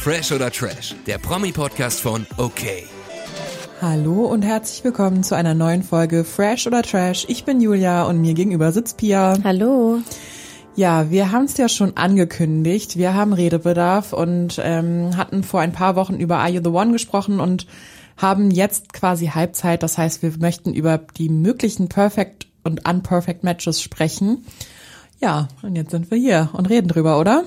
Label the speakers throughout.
Speaker 1: Fresh oder Trash, der Promi-Podcast von OK.
Speaker 2: Hallo und herzlich willkommen zu einer neuen Folge Fresh oder Trash. Ich bin Julia und mir gegenüber sitzt Pia.
Speaker 3: Hallo.
Speaker 2: Ja, wir haben es ja schon angekündigt. Wir haben Redebedarf und ähm, hatten vor ein paar Wochen über Are You the One gesprochen und haben jetzt quasi Halbzeit. Das heißt, wir möchten über die möglichen Perfect und Unperfect Matches sprechen. Ja, und jetzt sind wir hier und reden drüber, oder?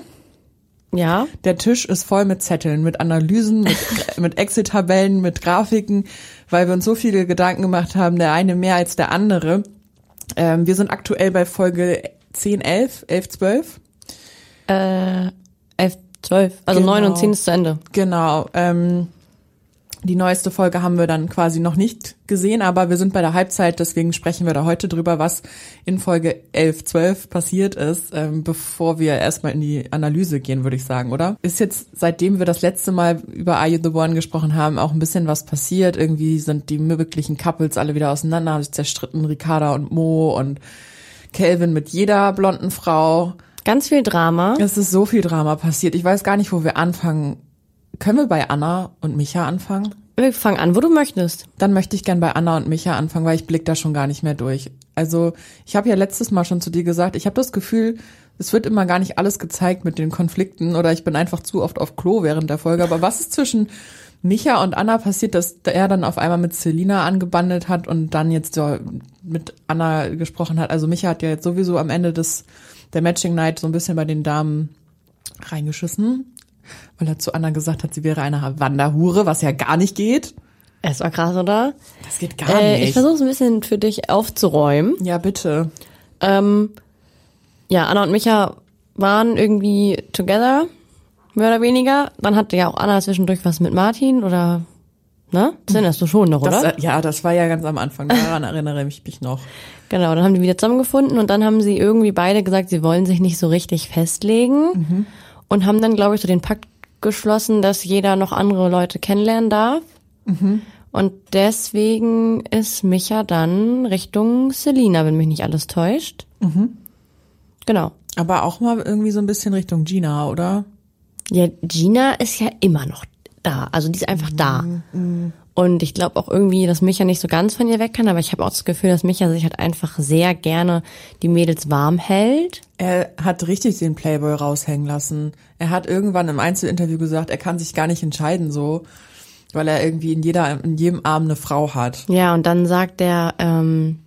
Speaker 3: Ja.
Speaker 2: Der Tisch ist voll mit Zetteln, mit Analysen, mit, mit Exit-Tabellen, mit Grafiken, weil wir uns so viele Gedanken gemacht haben, der eine mehr als der andere. Ähm, wir sind aktuell bei Folge 10, 11, 11, 12.
Speaker 3: Äh, 11, 12. Also
Speaker 2: Genau.
Speaker 3: neun 9 und 10 ist zu Ende.
Speaker 2: Genau. Ähm, die neueste Folge haben wir dann quasi noch nicht gesehen, aber wir sind bei der Halbzeit, deswegen sprechen wir da heute drüber, was in Folge 11, 12 passiert ist, ähm, bevor wir erstmal in die Analyse gehen, würde ich sagen, oder? Ist jetzt, seitdem wir das letzte Mal über Are You The One gesprochen haben, auch ein bisschen was passiert. Irgendwie sind die möglichen Couples alle wieder auseinander, haben sich zerstritten, Ricarda und Mo und Calvin mit jeder blonden Frau.
Speaker 3: Ganz viel Drama.
Speaker 2: Es ist so viel Drama passiert. Ich weiß gar nicht, wo wir anfangen. Können wir bei Anna und Micha anfangen?
Speaker 3: Wir fangen an, wo du möchtest.
Speaker 2: Dann möchte ich gern bei Anna und Micha anfangen, weil ich blick da schon gar nicht mehr durch. Also ich habe ja letztes Mal schon zu dir gesagt, ich habe das Gefühl, es wird immer gar nicht alles gezeigt mit den Konflikten oder ich bin einfach zu oft auf Klo während der Folge. Aber was ist zwischen Micha und Anna passiert, dass er dann auf einmal mit Selina angebandelt hat und dann jetzt so mit Anna gesprochen hat? Also Micha hat ja jetzt sowieso am Ende des der Matching Night so ein bisschen bei den Damen reingeschissen, weil er zu Anna gesagt hat, sie wäre eine Wanderhure, was ja gar nicht geht.
Speaker 3: Es war krass, oder?
Speaker 2: Das geht gar
Speaker 3: Äh, ich versuche es ein bisschen für dich aufzuräumen.
Speaker 2: ja, bitte.
Speaker 3: Ähm, ja, Anna und Micha waren irgendwie together, mehr oder weniger. Dann hatte ja auch Anna zwischendurch was mit Martin oder, ne? Das erinnerst du schon noch, oder?
Speaker 2: Das, äh, ja, das war ja ganz am Anfang. Daran erinnere ich mich noch.
Speaker 3: Genau, dann haben die wieder zusammengefunden und dann haben sie irgendwie beide gesagt, sie wollen sich nicht so richtig festlegen und haben dann, glaube ich, so den Pakt geschlossen, dass jeder noch andere Leute kennenlernen darf. Und deswegen ist Micha dann Richtung Selina, wenn mich nicht alles täuscht. Genau.
Speaker 2: Aber auch mal irgendwie so ein bisschen Richtung Gina, oder?
Speaker 3: Ja, Gina ist ja immer noch da. Also die ist einfach da. Und ich glaube auch irgendwie, dass Micha nicht so ganz von ihr weg kann, aber ich habe auch das Gefühl, dass Micha sich halt einfach sehr gerne die Mädels warm hält.
Speaker 2: Er hat richtig den Playboy raushängen lassen. Er hat irgendwann im Einzelinterview gesagt, er kann sich gar nicht entscheiden so, weil er irgendwie in jeder, in jedem Arm eine Frau hat.
Speaker 3: Ja, und dann sagt er ähm,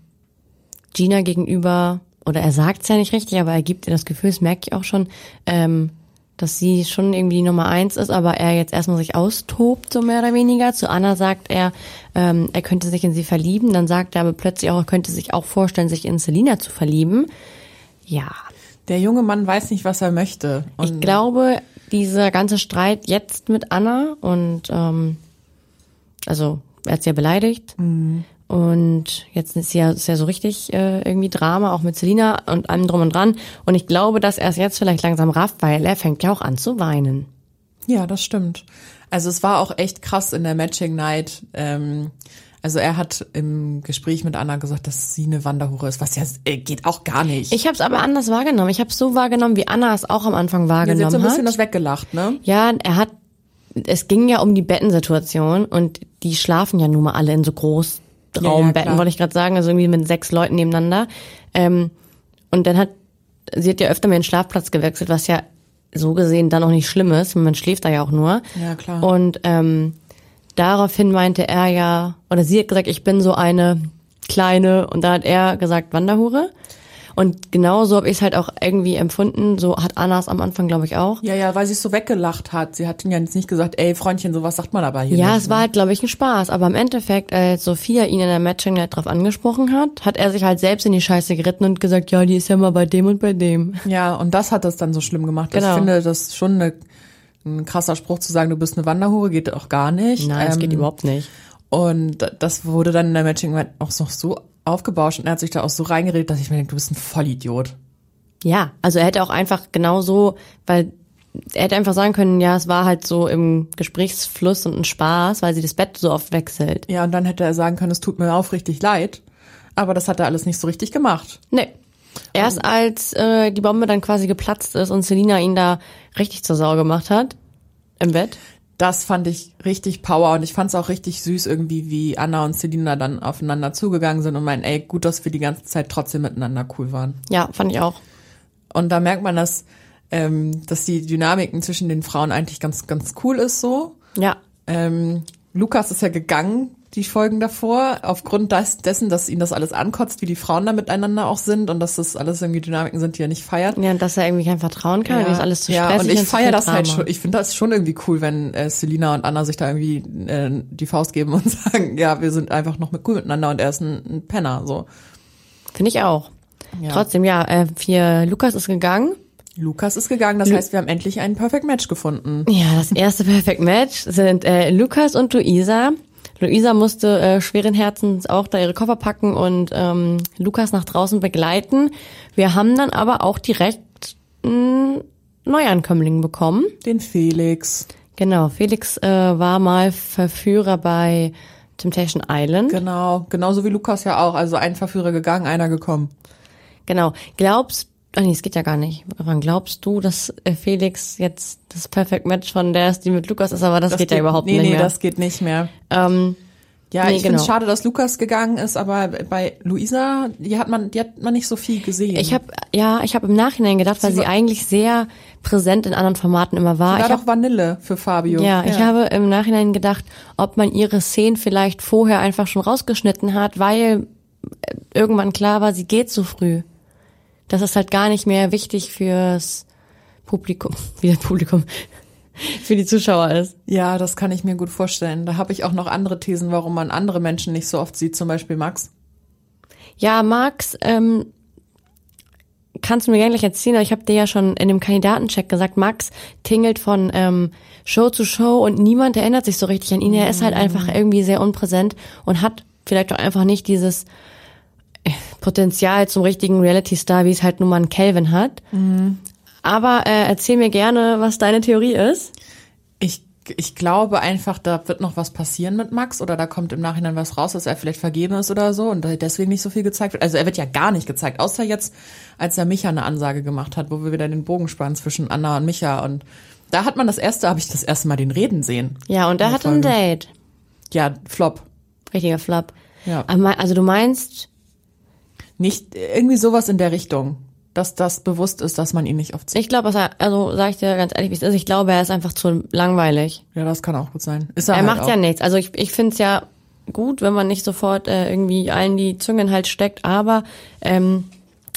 Speaker 3: Gina gegenüber, oder er sagt's ja nicht richtig, aber er gibt ihr das Gefühl, das merke ich auch schon, ähm, dass sie schon irgendwie die Nummer eins ist, aber er jetzt erstmal sich austobt, so mehr oder weniger. Zu Anna sagt er, ähm, er könnte sich in sie verlieben. Dann sagt er aber plötzlich auch, er könnte sich auch vorstellen, sich in Selina zu verlieben. Ja,
Speaker 2: Der junge Mann weiß nicht, was er möchte. Und
Speaker 3: ich glaube, dieser ganze Streit jetzt mit Anna und ähm, also er hat sie ja beleidigt und jetzt ist ja, ist ja so richtig äh, irgendwie Drama, auch mit Selina und allem drum und dran. Und ich glaube, dass er es jetzt vielleicht langsam rafft, weil er fängt ja auch an zu weinen.
Speaker 2: Ja, das stimmt. Also es war auch echt krass in der Matching Night. Ähm, also er hat im Gespräch mit Anna gesagt, dass sie eine Wanderhure ist, was ja äh, geht auch gar nicht.
Speaker 3: Ich habe es aber anders wahrgenommen. Ich habe es so wahrgenommen, wie Anna es auch am Anfang
Speaker 2: ja,
Speaker 3: wahrgenommen
Speaker 2: sie hat so ein bisschen
Speaker 3: hat.
Speaker 2: das weggelacht, ne?
Speaker 3: Ja, er hat, es ging ja um die Bettensituation und die schlafen ja nun mal alle in so
Speaker 2: Ja, ja,
Speaker 3: Großraumbetten,
Speaker 2: klar.
Speaker 3: wollte ich gerade sagen, also irgendwie mit sechs Leuten nebeneinander. Ähm, und dann hat, sie hat ja öfter mal den Schlafplatz gewechselt, was ja so gesehen dann auch nicht schlimm ist, man schläft da ja auch nur.
Speaker 2: Ja, klar.
Speaker 3: Und ähm, daraufhin meinte er ja, oder sie hat gesagt, ich bin so eine kleine, und da hat er gesagt, Wanderhure. Und genau so habe ich es halt auch irgendwie empfunden, so hat Annas am Anfang, glaube ich, auch.
Speaker 2: Ja, ja, weil sie es so weggelacht hat. Sie hat ihn ja jetzt nicht gesagt, ey Freundchen, sowas sagt man aber hier
Speaker 3: Ja,
Speaker 2: nicht.
Speaker 3: es war halt, glaube ich, ein Spaß. Aber im Endeffekt, als Sophia ihn in der Matching Night drauf angesprochen hat, hat er sich halt selbst in die Scheiße geritten und gesagt, ja, die ist ja mal bei dem und bei dem.
Speaker 2: Ja, und das hat das dann so schlimm gemacht. Ich
Speaker 3: Genau.
Speaker 2: finde das ist schon eine, ein krasser Spruch zu sagen, du bist eine Wanderhure, geht auch gar nicht.
Speaker 3: Nein, das
Speaker 2: Ähm,
Speaker 3: geht überhaupt nicht.
Speaker 2: Und da- das wurde dann in der Matching Night auch noch so aufgebauscht und er hat sich da auch so reingeredet, dass ich mir denke, du bist ein Vollidiot.
Speaker 3: Ja, also er hätte auch einfach genau so, weil er hätte einfach sagen können, ja, es war halt so im Gesprächsfluss und ein Spaß, weil sie das Bett so oft wechselt.
Speaker 2: Ja, und dann hätte er sagen können, es tut mir aufrichtig leid. Aber das hat er alles nicht so richtig gemacht.
Speaker 3: Nee. Erst als äh, die Bombe dann quasi geplatzt ist und Selina ihn da richtig zur Sau gemacht hat, Im Bett?
Speaker 2: Das fand ich richtig Power und ich fand es auch richtig süß irgendwie, wie Anna und Selina dann aufeinander zugegangen sind und meinen, ey, gut, dass wir die ganze Zeit trotzdem miteinander cool waren.
Speaker 3: Ja, fand ich auch.
Speaker 2: Und da merkt man, dass, ähm, dass die Dynamiken zwischen den Frauen eigentlich ganz, ganz cool ist so.
Speaker 3: Ja.
Speaker 2: Ähm, Lukas ist ja gegangen, die Folgen davor, aufgrund des, dessen, dass ihn das alles ankotzt, wie die Frauen da miteinander auch sind und dass das alles irgendwie Dynamiken sind, die er nicht feiert.
Speaker 3: Ja, und dass er irgendwie kein Vertrauen kann und das alles zu stressig
Speaker 2: ja, und ich
Speaker 3: zu
Speaker 2: feiere
Speaker 3: viel
Speaker 2: das halt
Speaker 3: Drama.
Speaker 2: schon. Ich finde das schon irgendwie cool, wenn äh, Selina und Anna sich da irgendwie äh, die Faust geben und sagen, ja, wir sind einfach noch mit cool miteinander und er ist ein, ein Penner. So,
Speaker 3: Finde ich auch.
Speaker 2: Ja.
Speaker 3: Trotzdem, ja, äh, hier, Lukas ist gegangen.
Speaker 2: Lukas ist gegangen, das heißt, wir haben endlich einen Perfect Match gefunden.
Speaker 3: Ja, das erste Perfect Match sind äh, Lukas und Luisa. Luisa musste äh, schweren Herzens auch da ihre Koffer packen und ähm, Lukas nach draußen begleiten. Wir haben dann aber auch direkt einen Neuankömmling bekommen.
Speaker 2: Den Felix.
Speaker 3: Genau, Felix äh, war mal Verführer bei Temptation Island.
Speaker 2: Genau, genauso wie Lukas ja auch. Also ein Verführer gegangen, einer gekommen.
Speaker 3: Genau. Glaubst Ach nee, es geht ja gar nicht. Wann glaubst du, dass äh, Felix jetzt das Perfect Match von der ist, die mit Lukas ist, aber das, geht, ja überhaupt
Speaker 2: nee,
Speaker 3: nicht
Speaker 2: Nee,
Speaker 3: mehr.
Speaker 2: das geht nicht mehr.
Speaker 3: ähm,
Speaker 2: Ja,
Speaker 3: Nee,
Speaker 2: ich finde es
Speaker 3: genau.
Speaker 2: schade, dass Lukas gegangen ist, aber bei Luisa, die hat man, die hat man nicht so viel gesehen.
Speaker 3: ich habe ja, ich habe im Nachhinein gedacht, weil
Speaker 2: Sie
Speaker 3: sie,
Speaker 2: war-
Speaker 3: eigentlich sehr präsent in anderen Formaten immer war.
Speaker 2: war
Speaker 3: ich
Speaker 2: doch
Speaker 3: hab,
Speaker 2: Vanille für Fabio.
Speaker 3: ja, ich habe im Nachhinein gedacht, ob man ihre Szenen vielleicht vorher einfach schon rausgeschnitten hat, weil äh, irgendwann klar war, sie geht zu früh. Das ist halt gar nicht mehr wichtig fürs Publikum, wie das Publikum für die Zuschauer ist.
Speaker 2: Ja, das kann ich mir gut vorstellen. Da habe ich auch noch andere Thesen, warum man andere Menschen nicht so oft sieht, zum Beispiel Max.
Speaker 3: Ja, Max, ähm, kannst du mir gerne gleich erzählen, aber ich habe dir ja schon in dem Kandidatencheck gesagt, Max tingelt von ähm, Show zu Show und niemand erinnert sich so richtig an ihn. Er ist halt
Speaker 2: Mm.
Speaker 3: einfach irgendwie sehr unpräsent und hat vielleicht auch einfach nicht dieses äh, Potenzial zum richtigen Reality-Star, wie es halt nun mal ein Calvin hat.
Speaker 2: Mm.
Speaker 3: Aber äh, erzähl mir gerne, was deine Theorie ist.
Speaker 2: Ich, ich glaube einfach, da wird noch was passieren mit Max oder da kommt im Nachhinein was raus, dass er vielleicht vergeben ist oder so und deswegen nicht so viel gezeigt wird. Also er wird ja gar nicht gezeigt, außer jetzt, als er Micha eine Ansage gemacht hat, wo wir wieder den Bogen spannen zwischen Anna und Micha und da hat man das erste, habe ich das erste Mal den reden sehen.
Speaker 3: Ja, und er
Speaker 2: Eine
Speaker 3: hat ein
Speaker 2: Folge.
Speaker 3: Date.
Speaker 2: Ja, Flop.
Speaker 3: Richtiger Flop.
Speaker 2: Ja.
Speaker 3: Aber mein- Also du meinst,
Speaker 2: Nicht irgendwie sowas in der Richtung, dass das bewusst ist, dass man ihn nicht oft sieht.
Speaker 3: Ich glaube, was er- also sage ich dir ganz ehrlich, wie es ist, ich glaube, er ist einfach zu langweilig.
Speaker 2: Ja, das kann auch gut sein. Ist
Speaker 3: Er
Speaker 2: halt
Speaker 3: macht
Speaker 2: auch.
Speaker 3: ja nichts. Also ich, ich finde es ja gut, wenn man nicht sofort äh, irgendwie allen die Zungen halt steckt, aber ähm,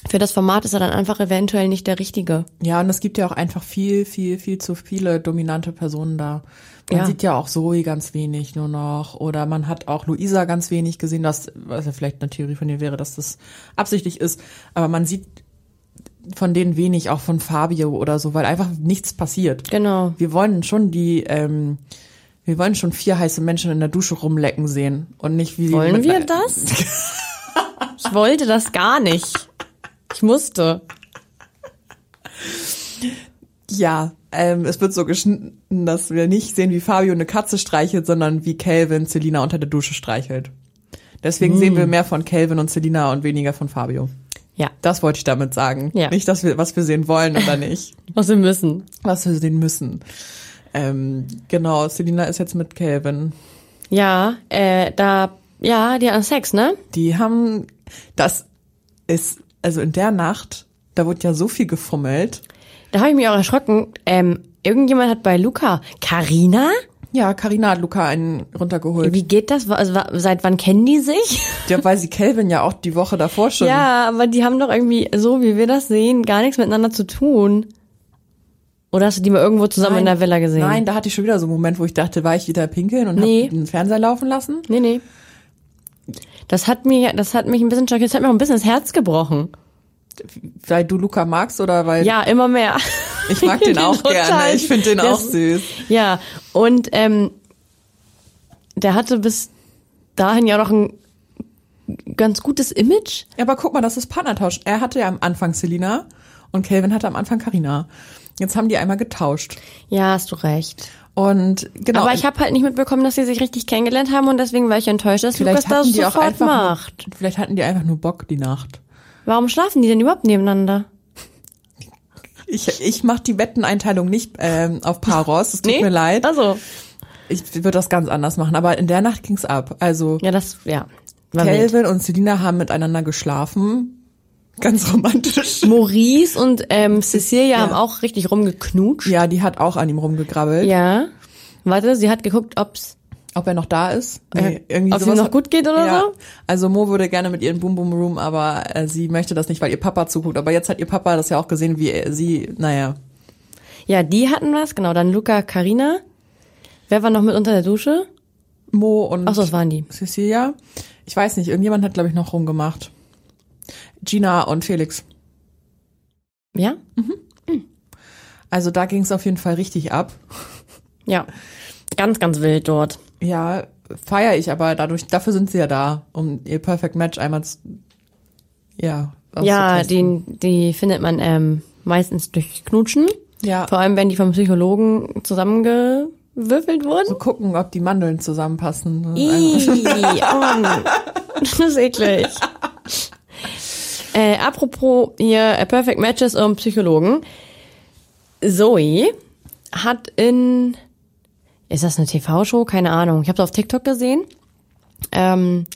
Speaker 3: für das Format ist er dann einfach eventuell nicht der Richtige.
Speaker 2: Ja, und es gibt ja auch einfach viel, viel, viel zu viele dominante Personen da. Man
Speaker 3: Ja.
Speaker 2: sieht ja auch Zoe ganz wenig nur noch oder man hat auch Luisa ganz wenig gesehen, das, was ja vielleicht eine Theorie von dir wäre, dass das absichtlich ist, aber man sieht von denen wenig, auch von Fabio oder so, weil einfach nichts passiert.
Speaker 3: Genau.
Speaker 2: Wir wollen schon die, ähm, wir wollen schon vier heiße Menschen in der Dusche rumlecken sehen und nicht wie
Speaker 3: Wollen
Speaker 2: mit-
Speaker 3: wir das? ich wollte das gar nicht. Ich musste.
Speaker 2: Ja, ähm, es wird so geschnitten, dass wir nicht sehen, wie Fabio eine Katze streichelt, sondern wie Calvin Selina unter der Dusche streichelt. Deswegen sehen wir mehr von Calvin und Selina und weniger von Fabio.
Speaker 3: Ja.
Speaker 2: Das wollte ich damit sagen.
Speaker 3: Ja.
Speaker 2: Nicht, dass wir, was wir sehen wollen oder nicht,
Speaker 3: Was wir müssen.
Speaker 2: was wir sehen müssen. Ähm, genau, Selina ist jetzt mit Calvin.
Speaker 3: Ja, äh, da, ja, die hatten Sex, ne?
Speaker 2: Die haben, das ist, also in der Nacht, da wurde ja so viel gefummelt.
Speaker 3: Da habe ich mich auch erschrocken. Ähm, irgendjemand hat bei Luca, Carina?
Speaker 2: Ja, Karina hat Luca einen runtergeholt.
Speaker 3: Wie geht das? Also, wa- seit wann kennen die sich?
Speaker 2: Ja, weil sie Calvin ja auch die Woche davor schon
Speaker 3: Ja, aber die haben doch irgendwie, so wie wir das sehen, gar nichts miteinander zu tun. Oder hast du die mal irgendwo zusammen in der Villa gesehen?
Speaker 2: Nein, da hatte ich schon wieder so einen Moment, wo ich dachte, war ich wieder pinkeln und
Speaker 3: Nee.
Speaker 2: hab den Fernseher laufen lassen?
Speaker 3: Nee, nee. Das hat mir, das hat mich ein bisschen schockiert. Das hat mir auch ein bisschen das Herz gebrochen.
Speaker 2: Weil du Luca magst oder weil
Speaker 3: Ja, immer mehr.
Speaker 2: ich mag den auch
Speaker 3: total.
Speaker 2: gerne. Ich finde den
Speaker 3: Der
Speaker 2: auch
Speaker 3: ist-
Speaker 2: süß.
Speaker 3: Ja, und ähm, der hatte bis dahin ja noch ein ganz gutes Image.
Speaker 2: Aber guck mal, das ist Partnertausch. Er hatte ja am Anfang Selina und Calvin hatte am Anfang Karina. Jetzt haben die einmal getauscht.
Speaker 3: Ja, hast du recht.
Speaker 2: Und genau.
Speaker 3: Aber ich habe halt nicht mitbekommen, dass sie sich richtig kennengelernt haben und deswegen war ich enttäuscht, dass
Speaker 2: vielleicht
Speaker 3: Lukas das
Speaker 2: hatten die
Speaker 3: sofort
Speaker 2: auch einfach
Speaker 3: macht.
Speaker 2: Nur, vielleicht hatten die einfach nur Bock die Nacht.
Speaker 3: Warum schlafen die denn überhaupt nebeneinander?
Speaker 2: Ich, ich mache die Wetteneinteilung nicht ähm, auf Paros, es tut
Speaker 3: Nee?
Speaker 2: mir leid.
Speaker 3: Also,
Speaker 2: Ich würde das ganz anders machen, aber in der Nacht ging's ab. Also
Speaker 3: ja, das, ja. War wild.
Speaker 2: Kelvin und Selina haben miteinander geschlafen. Ganz romantisch.
Speaker 3: Maurice und ähm, Cecilia haben
Speaker 2: Ja.
Speaker 3: auch richtig rumgeknutscht.
Speaker 2: Ja, die hat auch an ihm rumgegrabbelt.
Speaker 3: Ja. Warte, sie hat geguckt, ob's
Speaker 2: Ob er noch da ist?
Speaker 3: Äh, ob's ihm
Speaker 2: sowas-
Speaker 3: noch gut geht oder so?
Speaker 2: Also Mo würde gerne mit ihrem Boom Boom Room, aber äh, sie möchte das nicht, weil ihr Papa zuguckt. Aber jetzt hat ihr Papa das ja auch gesehen, wie er, sie, naja.
Speaker 3: Ja, die hatten was, genau. Dann Luca, Karina. Wer war noch mit unter der Dusche?
Speaker 2: Mo und
Speaker 3: Ach so, das waren die.
Speaker 2: Cecilia. Ich weiß nicht, irgendjemand hat, glaube ich, noch rumgemacht. Gina und Felix.
Speaker 3: Ja?
Speaker 2: Also da ging es auf jeden Fall richtig ab.
Speaker 3: Ja. Ganz, ganz wild dort.
Speaker 2: Ja, feiere ich, aber dadurch, dafür sind sie ja da, um ihr Perfect Match einmal zu, ja,
Speaker 3: Ja,
Speaker 2: auszutesten.
Speaker 3: die, die findet man ähm, meistens durch Knutschen.
Speaker 2: ja,
Speaker 3: Vor allem, wenn die vom Psychologen zusammengewürfelt wurden.
Speaker 2: zu gucken, ob die Mandeln zusammenpassen. ne?
Speaker 3: Ih, oh, Mann. das ist eklig. Äh, apropos hier äh, Perfect Matches und Psychologen. Zoe hat in, ist das eine TV-Show? Keine Ahnung. Ich habe es auf TikTok gesehen. Ähm,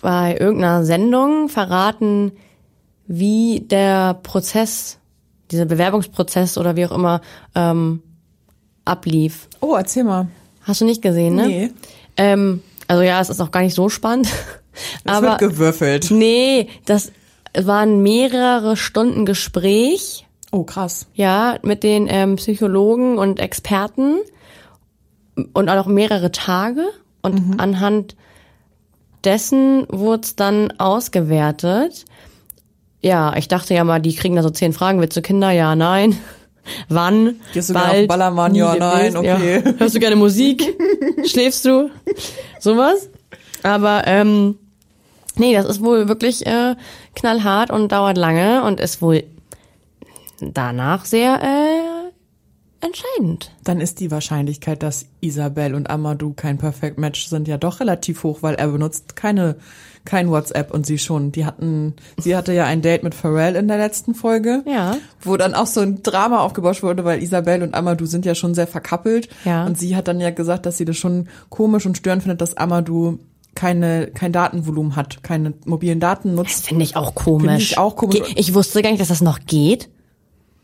Speaker 3: bei irgendeiner Sendung verraten, wie der Prozess, dieser Bewerbungsprozess oder wie auch immer, ähm, ablief.
Speaker 2: Oh, erzähl mal.
Speaker 3: Hast du nicht gesehen, ne?
Speaker 2: Nee.
Speaker 3: Ähm, also ja, es ist auch gar nicht so spannend.
Speaker 2: Es
Speaker 3: aber
Speaker 2: wird gewürfelt.
Speaker 3: nee, das waren mehrere Stunden Gespräch,
Speaker 2: Oh, krass.
Speaker 3: ja, mit den ähm, Psychologen und Experten und auch mehrere Tage. Und
Speaker 2: Mhm.
Speaker 3: anhand dessen wurde es dann ausgewertet. Ja, ich dachte ja mal, die kriegen da so zehn Fragen. Willst du Kinder? Ja, nein. Wann?
Speaker 2: Gehst du gerne
Speaker 3: Bald?
Speaker 2: auf den Ballermann? Ja,
Speaker 3: Nie
Speaker 2: nein,
Speaker 3: gewesen. Ja.
Speaker 2: okay.
Speaker 3: Hörst du gerne Musik? Schläfst du? Sowas. Aber ähm, nee, das ist wohl wirklich äh, knallhart und dauert lange und ist wohl danach sehr äh, entscheidend.
Speaker 2: Dann ist die Wahrscheinlichkeit, dass Isabel und Amadou kein Perfect Match sind, ja doch relativ hoch, weil er benutzt keine, kein WhatsApp und sie schon. Die hatten, sie hatte ja ein Date mit Pharrell in der letzten Folge.
Speaker 3: Ja.
Speaker 2: Wo dann auch so ein Drama aufgebaut wurde, weil Isabel und Amadou sind ja schon sehr verkappelt.
Speaker 3: Ja.
Speaker 2: Und sie hat dann ja gesagt, dass sie das schon komisch und störend findet, dass Amadou keine, kein Datenvolumen hat, keine mobilen Daten nutzt.
Speaker 3: Das finde ich auch komisch.
Speaker 2: Finde ich auch komisch.
Speaker 3: Ge- Ich wusste gar nicht, dass das noch geht.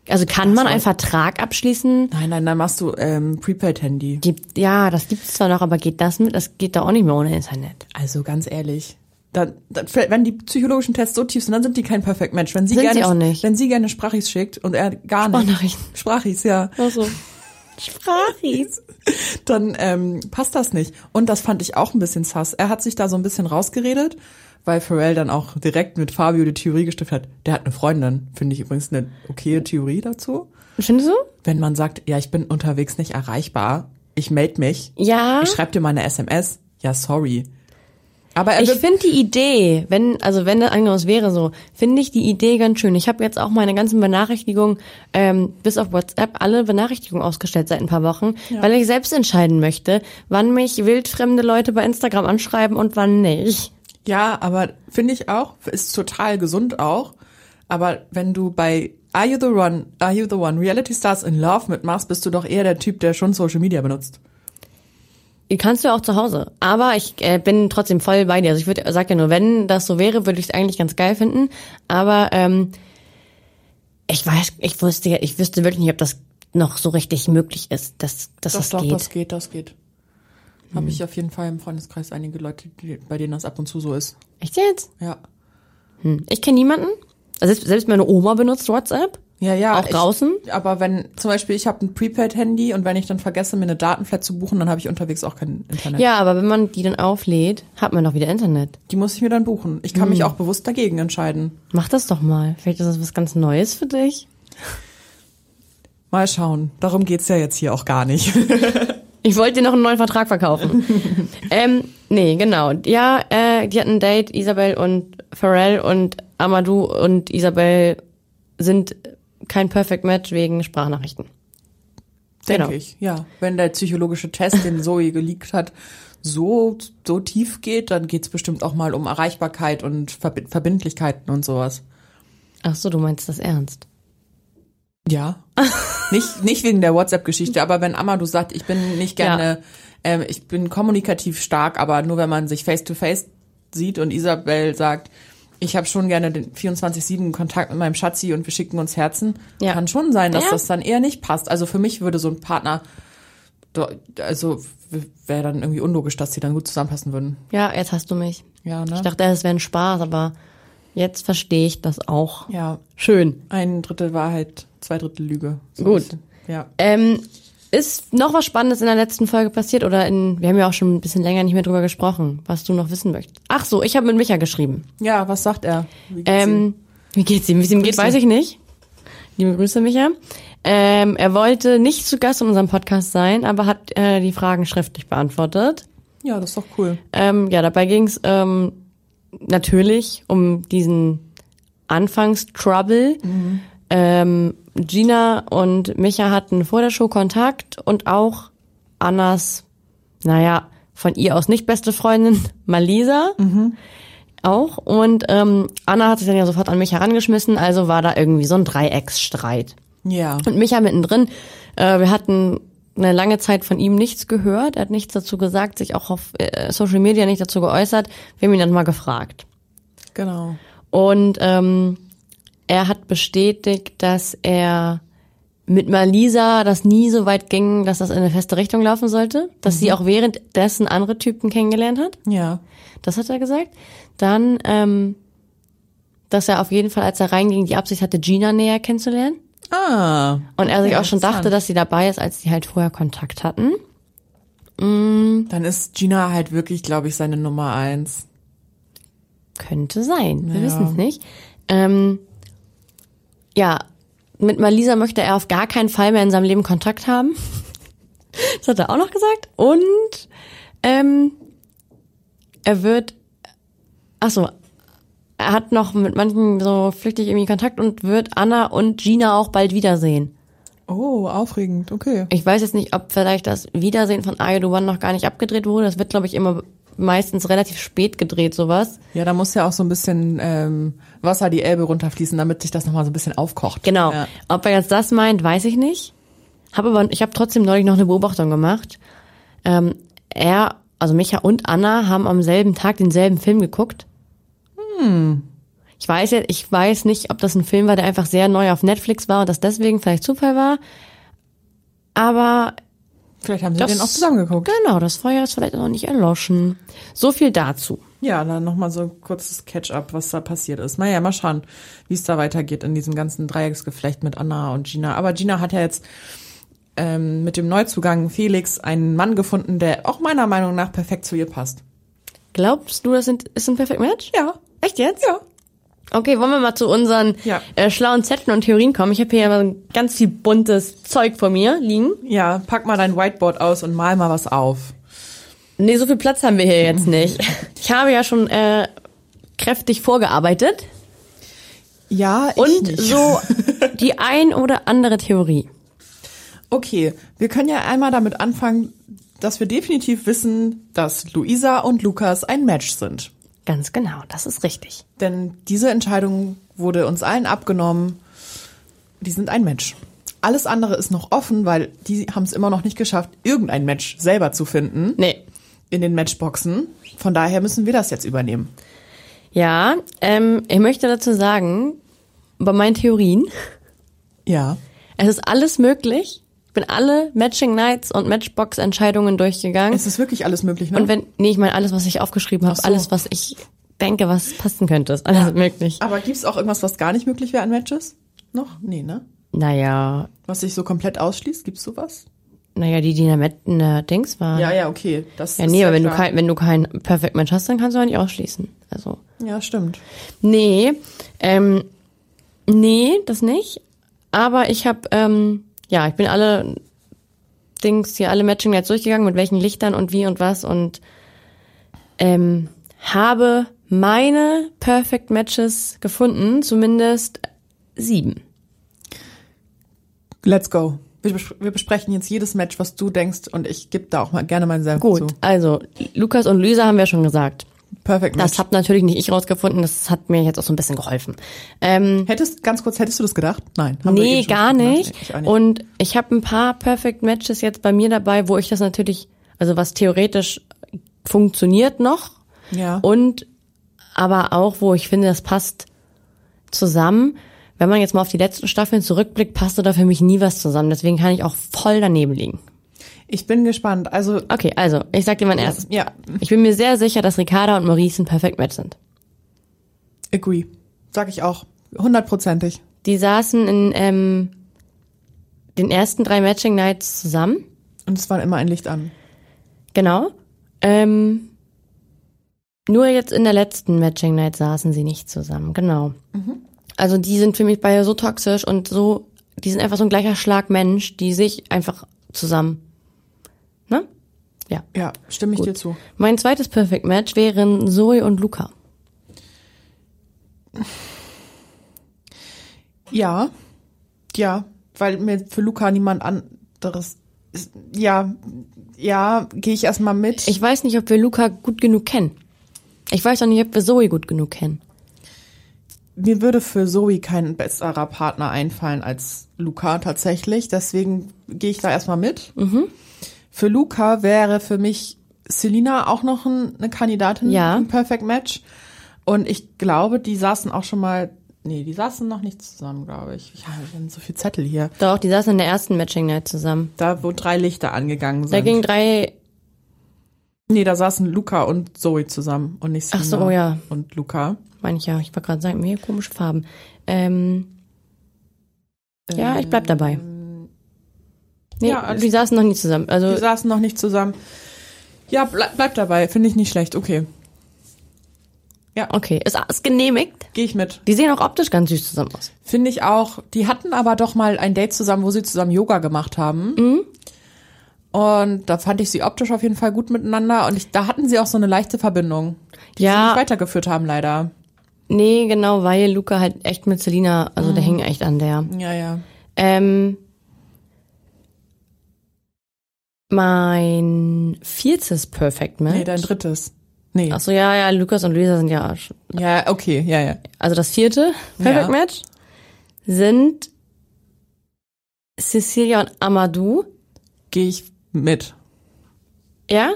Speaker 3: Also kann man einen Vertrag abschließen?
Speaker 2: Nein, nein, dann machst du ähm, Prepaid-Handy.
Speaker 3: Gibt, ja, das gibt's zwar noch, aber geht das mit? Das geht da auch nicht mehr ohne Internet.
Speaker 2: Also ganz ehrlich, dann, dann, vielleicht- wenn die psychologischen Tests so tief sind, dann sind die kein Perfect Match. Wenn sie
Speaker 3: Sind sie
Speaker 2: gerne,
Speaker 3: auch nicht.
Speaker 2: wenn sie gerne Sprachis schickt und er gar nicht.
Speaker 3: Sprachnachrichten.
Speaker 2: Sprachis, ja.
Speaker 3: Ach so. Sprachis.
Speaker 2: Dann ähm, passt das nicht. Und das fand ich auch ein bisschen sass. Er hat sich da so ein bisschen rausgeredet, weil Pharrell dann auch direkt mit Fabio die Theorie gestiftet hat. Der hat eine Freundin. Finde ich übrigens eine okaye Theorie dazu.
Speaker 3: Findest du?
Speaker 2: Wenn man sagt, ja, ich bin unterwegs nicht erreichbar, ich melde mich,
Speaker 3: Ja.
Speaker 2: ich schreibe dir meine SMS, ja, sorry. Aber er
Speaker 3: Ich
Speaker 2: wird
Speaker 3: finde die Idee, wenn also wenn das anderes wäre so, finde ich die Idee ganz schön. Ich habe jetzt auch meine ganzen Benachrichtigungen ähm, bis auf WhatsApp alle Benachrichtigungen ausgestellt seit ein paar Wochen, weil ich selbst entscheiden möchte, wann mich wildfremde Leute bei Instagram anschreiben und wann nicht.
Speaker 2: Ja, aber finde ich auch, ist total gesund auch. Aber wenn du bei Are You the One, Are You the One, Reality Stars in Love mitmachst, bist du doch eher der Typ, der schon Social Media benutzt.
Speaker 3: Die Kannst du ja auch zu Hause. Aber ich äh, bin trotzdem voll bei dir. Also ich würde, sag ja nur, wenn das so wäre, würde ich es eigentlich ganz geil finden. Aber ähm, ich weiß, ich wusste, ja- ich wüsste wirklich nicht, ob das noch so richtig möglich ist, dass, dass das geht.
Speaker 2: das geht, das geht. Habe ich auf jeden Fall im Freundeskreis einige Leute, die, bei denen das ab und zu so ist.
Speaker 3: Echt jetzt?
Speaker 2: Ja.
Speaker 3: Ich kenne niemanden. Also selbst, selbst meine Oma benutzt WhatsApp.
Speaker 2: Ja, ja.
Speaker 3: Auch draußen?
Speaker 2: Aber wenn, zum Beispiel, ich habe ein Prepaid-Handy und wenn ich dann vergesse, mir eine Datenflat zu buchen, dann habe ich unterwegs auch kein Internet.
Speaker 3: Ja, aber wenn man die dann auflädt, hat man doch wieder Internet.
Speaker 2: Die muss ich mir dann buchen. Ich kann mich auch bewusst dagegen entscheiden.
Speaker 3: Mach das doch mal. Vielleicht ist das was ganz Neues für dich.
Speaker 2: Mal schauen. Darum geht's ja jetzt hier auch gar nicht.
Speaker 3: Ich wollte dir noch einen neuen Vertrag verkaufen. ähm, nee, genau. Ja, äh, die hatten ein Date, Isabel und Pharrell und Amadou und Isabel sind kein Perfect Match wegen Sprachnachrichten.
Speaker 2: Denke
Speaker 3: Genau.
Speaker 2: ich, ja. Wenn der psychologische Test, den Zoe geleakt hat, so, so tief geht, dann geht's bestimmt auch mal um Erreichbarkeit und Verbi- Verbindlichkeiten und sowas.
Speaker 3: Ach so, du meinst das ernst.
Speaker 2: Ja. nicht, nicht wegen der WhatsApp-Geschichte, aber wenn Amadou sagt, ich bin nicht gerne, ähm, ich bin kommunikativ stark, aber nur wenn man sich face-to-face sieht und Isabel sagt, ich habe schon gerne den 24-7 Kontakt mit meinem Schatzi und wir schicken uns Herzen,
Speaker 3: Ja.
Speaker 2: kann schon sein, dass
Speaker 3: Ja.
Speaker 2: das dann eher nicht passt. Also für mich würde so ein Partner, do- also wäre dann irgendwie unlogisch, dass die dann gut zusammenpassen würden.
Speaker 3: Ja, jetzt hast du mich.
Speaker 2: Ja, ne?
Speaker 3: Ich dachte, es wäre ein Spaß, aber jetzt verstehe ich das auch.
Speaker 2: ja,
Speaker 3: Schön.
Speaker 2: ein Drittel Wahrheit, zwei Drittel Lüge. So ein
Speaker 3: Gut.
Speaker 2: bisschen. Ja.
Speaker 3: Ähm, ist noch was Spannendes in der letzten Folge passiert oder in, wir haben ja auch schon ein bisschen länger nicht mehr drüber gesprochen, was du noch wissen möchtest. Ach so, ich habe mit Micha geschrieben.
Speaker 2: ja, was sagt er? Wie geht's ihm?
Speaker 3: Ähm, wie geht's ihm? Wie es ihm geht,
Speaker 2: Grüße.
Speaker 3: weiß ich nicht. Liebe Grüße, Micha. Ähm, er wollte nicht zu Gast in unserem Podcast sein, aber hat äh, die Fragen schriftlich beantwortet.
Speaker 2: ja, das ist doch cool.
Speaker 3: Ähm, ja, dabei ging's ähm, natürlich um diesen Anfangstrouble. Ähm, Gina und Micha hatten vor der Show Kontakt und auch Annas, naja, von ihr aus nicht beste Freundin, Malisa auch. Und ähm, Anna hat sich dann ja sofort an Micha rangeschmissen, also war da irgendwie so ein Dreiecksstreit.
Speaker 2: Ja.
Speaker 3: Und Micha mittendrin, äh, wir hatten eine lange Zeit von ihm nichts gehört, er hat nichts dazu gesagt, sich auch auf äh, Social Media nicht dazu geäußert. Wir haben ihn dann mal gefragt.
Speaker 2: Genau.
Speaker 3: Und ähm, er hat bestätigt, dass er mit Malisa das nie so weit ging, dass das in eine feste Richtung laufen sollte, dass sie auch währenddessen andere Typen kennengelernt hat.
Speaker 2: Ja.
Speaker 3: Das hat er gesagt. Dann, ähm, dass er auf jeden Fall, als er reinging, die Absicht hatte, Gina näher kennenzulernen.
Speaker 2: Ah.
Speaker 3: Und er sich auch schon
Speaker 2: interessant.
Speaker 3: dachte, dass sie dabei ist, als sie halt vorher Kontakt hatten.
Speaker 2: Dann ist Gina halt wirklich, glaube ich, seine Nummer eins.
Speaker 3: Könnte sein. Wir
Speaker 2: Ja.
Speaker 3: wissen es nicht. Ähm, ja, mit Malisa möchte er auf gar keinen Fall mehr in seinem Leben Kontakt haben. Das hat er auch noch gesagt. Und ähm, er wird, ach so, er hat noch mit manchen so flüchtig irgendwie Kontakt und wird Anna und Gina auch bald wiedersehen.
Speaker 2: Oh, aufregend, okay.
Speaker 3: Ich weiß jetzt nicht, ob vielleicht das Wiedersehen von Are You The One noch gar nicht abgedreht wurde. Das wird, glaube ich, immer meistens relativ spät gedreht, sowas.
Speaker 2: Ja, da muss ja auch so ein bisschen ähm, Wasser die Elbe runterfließen, damit sich das nochmal so ein bisschen aufkocht.
Speaker 3: Genau.
Speaker 2: Ja.
Speaker 3: Ob er jetzt das meint, weiß ich nicht. Hab aber, ich habe trotzdem neulich noch eine Beobachtung gemacht. Ähm, er, also Micha und Anna haben am selben Tag denselben Film geguckt. Hm. Ich weiß jetzt, ich weiß nicht, ob das ein Film war, der einfach sehr neu auf Netflix war und das deswegen vielleicht Zufall war. Aber
Speaker 2: Vielleicht haben sie
Speaker 3: Das-
Speaker 2: den auch zusammengeguckt.
Speaker 3: genau, das Feuer ist vielleicht noch nicht erloschen. So viel dazu.
Speaker 2: Ja, dann nochmal so ein kurzes Catch-up, was da passiert ist. Naja, mal schauen, wie es da weitergeht in diesem ganzen Dreiecksgeflecht mit Anna und Gina. Aber Gina hat ja jetzt ähm, mit dem Neuzugang Felix einen Mann gefunden, der auch meiner Meinung nach perfekt zu ihr passt.
Speaker 3: Glaubst du, das sind, ist ein perfekt Match?
Speaker 2: Ja.
Speaker 3: Echt jetzt?
Speaker 2: Ja.
Speaker 3: Okay, wollen wir mal zu unseren
Speaker 2: Ja.
Speaker 3: äh, schlauen Zetteln und Theorien kommen. Ich habe hier aber ganz viel buntes Zeug vor mir liegen.
Speaker 2: Ja, pack mal dein Whiteboard aus und mal mal was auf.
Speaker 3: Nee, so viel Platz haben wir hier jetzt nicht. Ich habe ja schon äh, kräftig vorgearbeitet
Speaker 2: Ja, ich
Speaker 3: und
Speaker 2: nicht.
Speaker 3: so die ein oder andere Theorie.
Speaker 2: Okay, wir können ja einmal damit anfangen, dass wir definitiv wissen, dass Luisa und Lukas ein Match sind.
Speaker 3: Ganz genau, das ist richtig.
Speaker 2: Denn diese Entscheidung wurde uns allen abgenommen. Die sind ein Match. Alles andere ist noch offen, weil die haben es immer noch nicht geschafft, irgendein Match selber zu finden
Speaker 3: Nee.
Speaker 2: in den Matchboxen. Von daher müssen wir das jetzt übernehmen.
Speaker 3: Ja, ähm, ich möchte dazu sagen, bei meinen Theorien,
Speaker 2: Ja.
Speaker 3: es ist alles möglich. Ich bin alle Matching Nights und Matchbox-Entscheidungen durchgegangen.
Speaker 2: Es ist wirklich alles möglich, ne?
Speaker 3: Und wenn, nee, ich meine alles, was ich aufgeschrieben habe,
Speaker 2: Ach so.
Speaker 3: alles, was ich denke, was passen könnte, ist alles möglich.
Speaker 2: Aber gibt's auch irgendwas, was gar nicht möglich wäre an Matches? Noch? Nee, ne?
Speaker 3: Naja,
Speaker 2: Was sich so komplett ausschließt? Gibt's sowas?
Speaker 3: naja, die, die in der, Met, in der Dings waren.
Speaker 2: Ja, ja, okay. Das
Speaker 3: ja
Speaker 2: ist
Speaker 3: nee, aber wenn du,
Speaker 2: klar.
Speaker 3: kein, wenn du kein Perfect Match hast, dann kannst du ja nicht ausschließen. Also,
Speaker 2: Ja, stimmt.
Speaker 3: nee, ähm, nee, das nicht. Aber ich habe, ähm, ja, ich bin alle Dings hier, alle Matching Nights durchgegangen, mit welchen Lichtern und wie und was und ähm, habe meine Perfect Matches gefunden, zumindest sieben.
Speaker 2: Let's go. Wir, bespr wir besprechen jetzt jedes Match, was du denkst, und ich gebe da auch mal gerne meinen Senf
Speaker 3: Gut,
Speaker 2: zu.
Speaker 3: also Lukas und Luisa haben wir schon gesagt.
Speaker 2: Perfect
Speaker 3: Das
Speaker 2: Match.
Speaker 3: habe natürlich nicht ich rausgefunden, das hat mir jetzt auch so ein bisschen geholfen. Ähm,
Speaker 2: Hättest, ganz kurz, hättest du das gedacht? Nein. haben wir
Speaker 3: nee,
Speaker 2: eben schon
Speaker 3: gar
Speaker 2: gemacht.
Speaker 3: nicht.
Speaker 2: Nee, ich auch nicht.
Speaker 3: Und ich habe ein paar Perfect Matches jetzt bei mir dabei, wo ich das natürlich, also was theoretisch funktioniert noch
Speaker 2: ja.
Speaker 3: und aber auch, wo ich finde, das passt zusammen. Wenn man jetzt mal auf die letzten Staffeln zurückblickt, passte da für mich nie was zusammen. Deswegen kann ich auch voll daneben liegen.
Speaker 2: ich bin gespannt. Also,
Speaker 3: Okay, also ich sag dir mein erstes.
Speaker 2: ja,
Speaker 3: Ich bin mir sehr sicher, dass Ricarda und Maurice ein Perfect Match sind.
Speaker 2: agree. Sag ich auch. Hundertprozentig.
Speaker 3: Die saßen in ähm, den ersten drei Matching Nights zusammen.
Speaker 2: Und es war immer ein Licht an.
Speaker 3: Genau. Ähm, nur jetzt in der letzten Matching Night saßen sie nicht zusammen. Genau. Also die sind für mich beide so toxisch und so, die sind einfach so ein gleicher Schlag Mensch, die sich einfach zusammen. Ne? Ja.
Speaker 2: Ja, stimme ich
Speaker 3: Gut.
Speaker 2: dir zu.
Speaker 3: Mein zweites Perfect Match wären Zoe und Luca.
Speaker 2: Ja. Ja, weil mir für Luca niemand anderes. ist- Ja, ja, gehe ich erstmal mit.
Speaker 3: Ich weiß nicht, ob wir Luca gut genug kennen. Ich weiß auch nicht, ob wir Zoe gut genug kennen.
Speaker 2: mir würde für Zoe kein besserer Partner einfallen als Luca tatsächlich. Deswegen gehe ich da erstmal mit.
Speaker 3: Mhm.
Speaker 2: Für Luca wäre für mich Selina auch noch ein, eine Kandidatin
Speaker 3: Ja.
Speaker 2: im Perfect Match. Und ich glaube, die saßen auch schon mal. Nee, die saßen noch nicht zusammen, glaube ich. Ja, wir haben so viel Zettel hier.
Speaker 3: Doch, die saßen in der ersten Matching Night zusammen.
Speaker 2: Da, wo drei Lichter angegangen sind.
Speaker 3: Da gingen drei,
Speaker 2: nee, da saßen Luca und Zoe zusammen und nicht
Speaker 3: Ach
Speaker 2: Selina
Speaker 3: so, oh ja.
Speaker 2: und Luca.
Speaker 3: meine ich ja, ich wollte gerade sagen, mir komische Farben. Ähm, ja, ich bleib dabei. Nee,
Speaker 2: Ähm, ja, alles
Speaker 3: die saßen noch nie zusammen. Also
Speaker 2: Die saßen noch nicht zusammen. Ja, bleib, bleib dabei. Finde ich nicht schlecht. Okay.
Speaker 3: okay, ist, ist genehmigt.
Speaker 2: Gehe ich mit.
Speaker 3: Die sehen auch optisch ganz süß zusammen aus.
Speaker 2: Finde ich auch. Die hatten aber doch mal ein Date zusammen, wo sie zusammen Yoga gemacht haben.
Speaker 3: Mhm.
Speaker 2: Und da fand ich sie optisch auf jeden Fall gut miteinander. Und ich, da hatten sie auch so eine leichte Verbindung, die sie nicht
Speaker 3: Ja,
Speaker 2: weitergeführt haben, leider.
Speaker 3: nee, genau, weil Luca halt echt mit Selina, also
Speaker 2: Mhm.
Speaker 3: der hing echt an der.
Speaker 2: Ja, ja.
Speaker 3: Ähm, mein viertes Perfect Match.
Speaker 2: Nee, dein drittes. Nee.
Speaker 3: Ach so, ja, ja, Lukas und Luisa sind ja, sch-
Speaker 2: Ja, okay. Ja, ja.
Speaker 3: also das vierte Perfect
Speaker 2: Ja.
Speaker 3: Match sind Cecilia und Amadou.
Speaker 2: Gehe ich mit.
Speaker 3: Ja?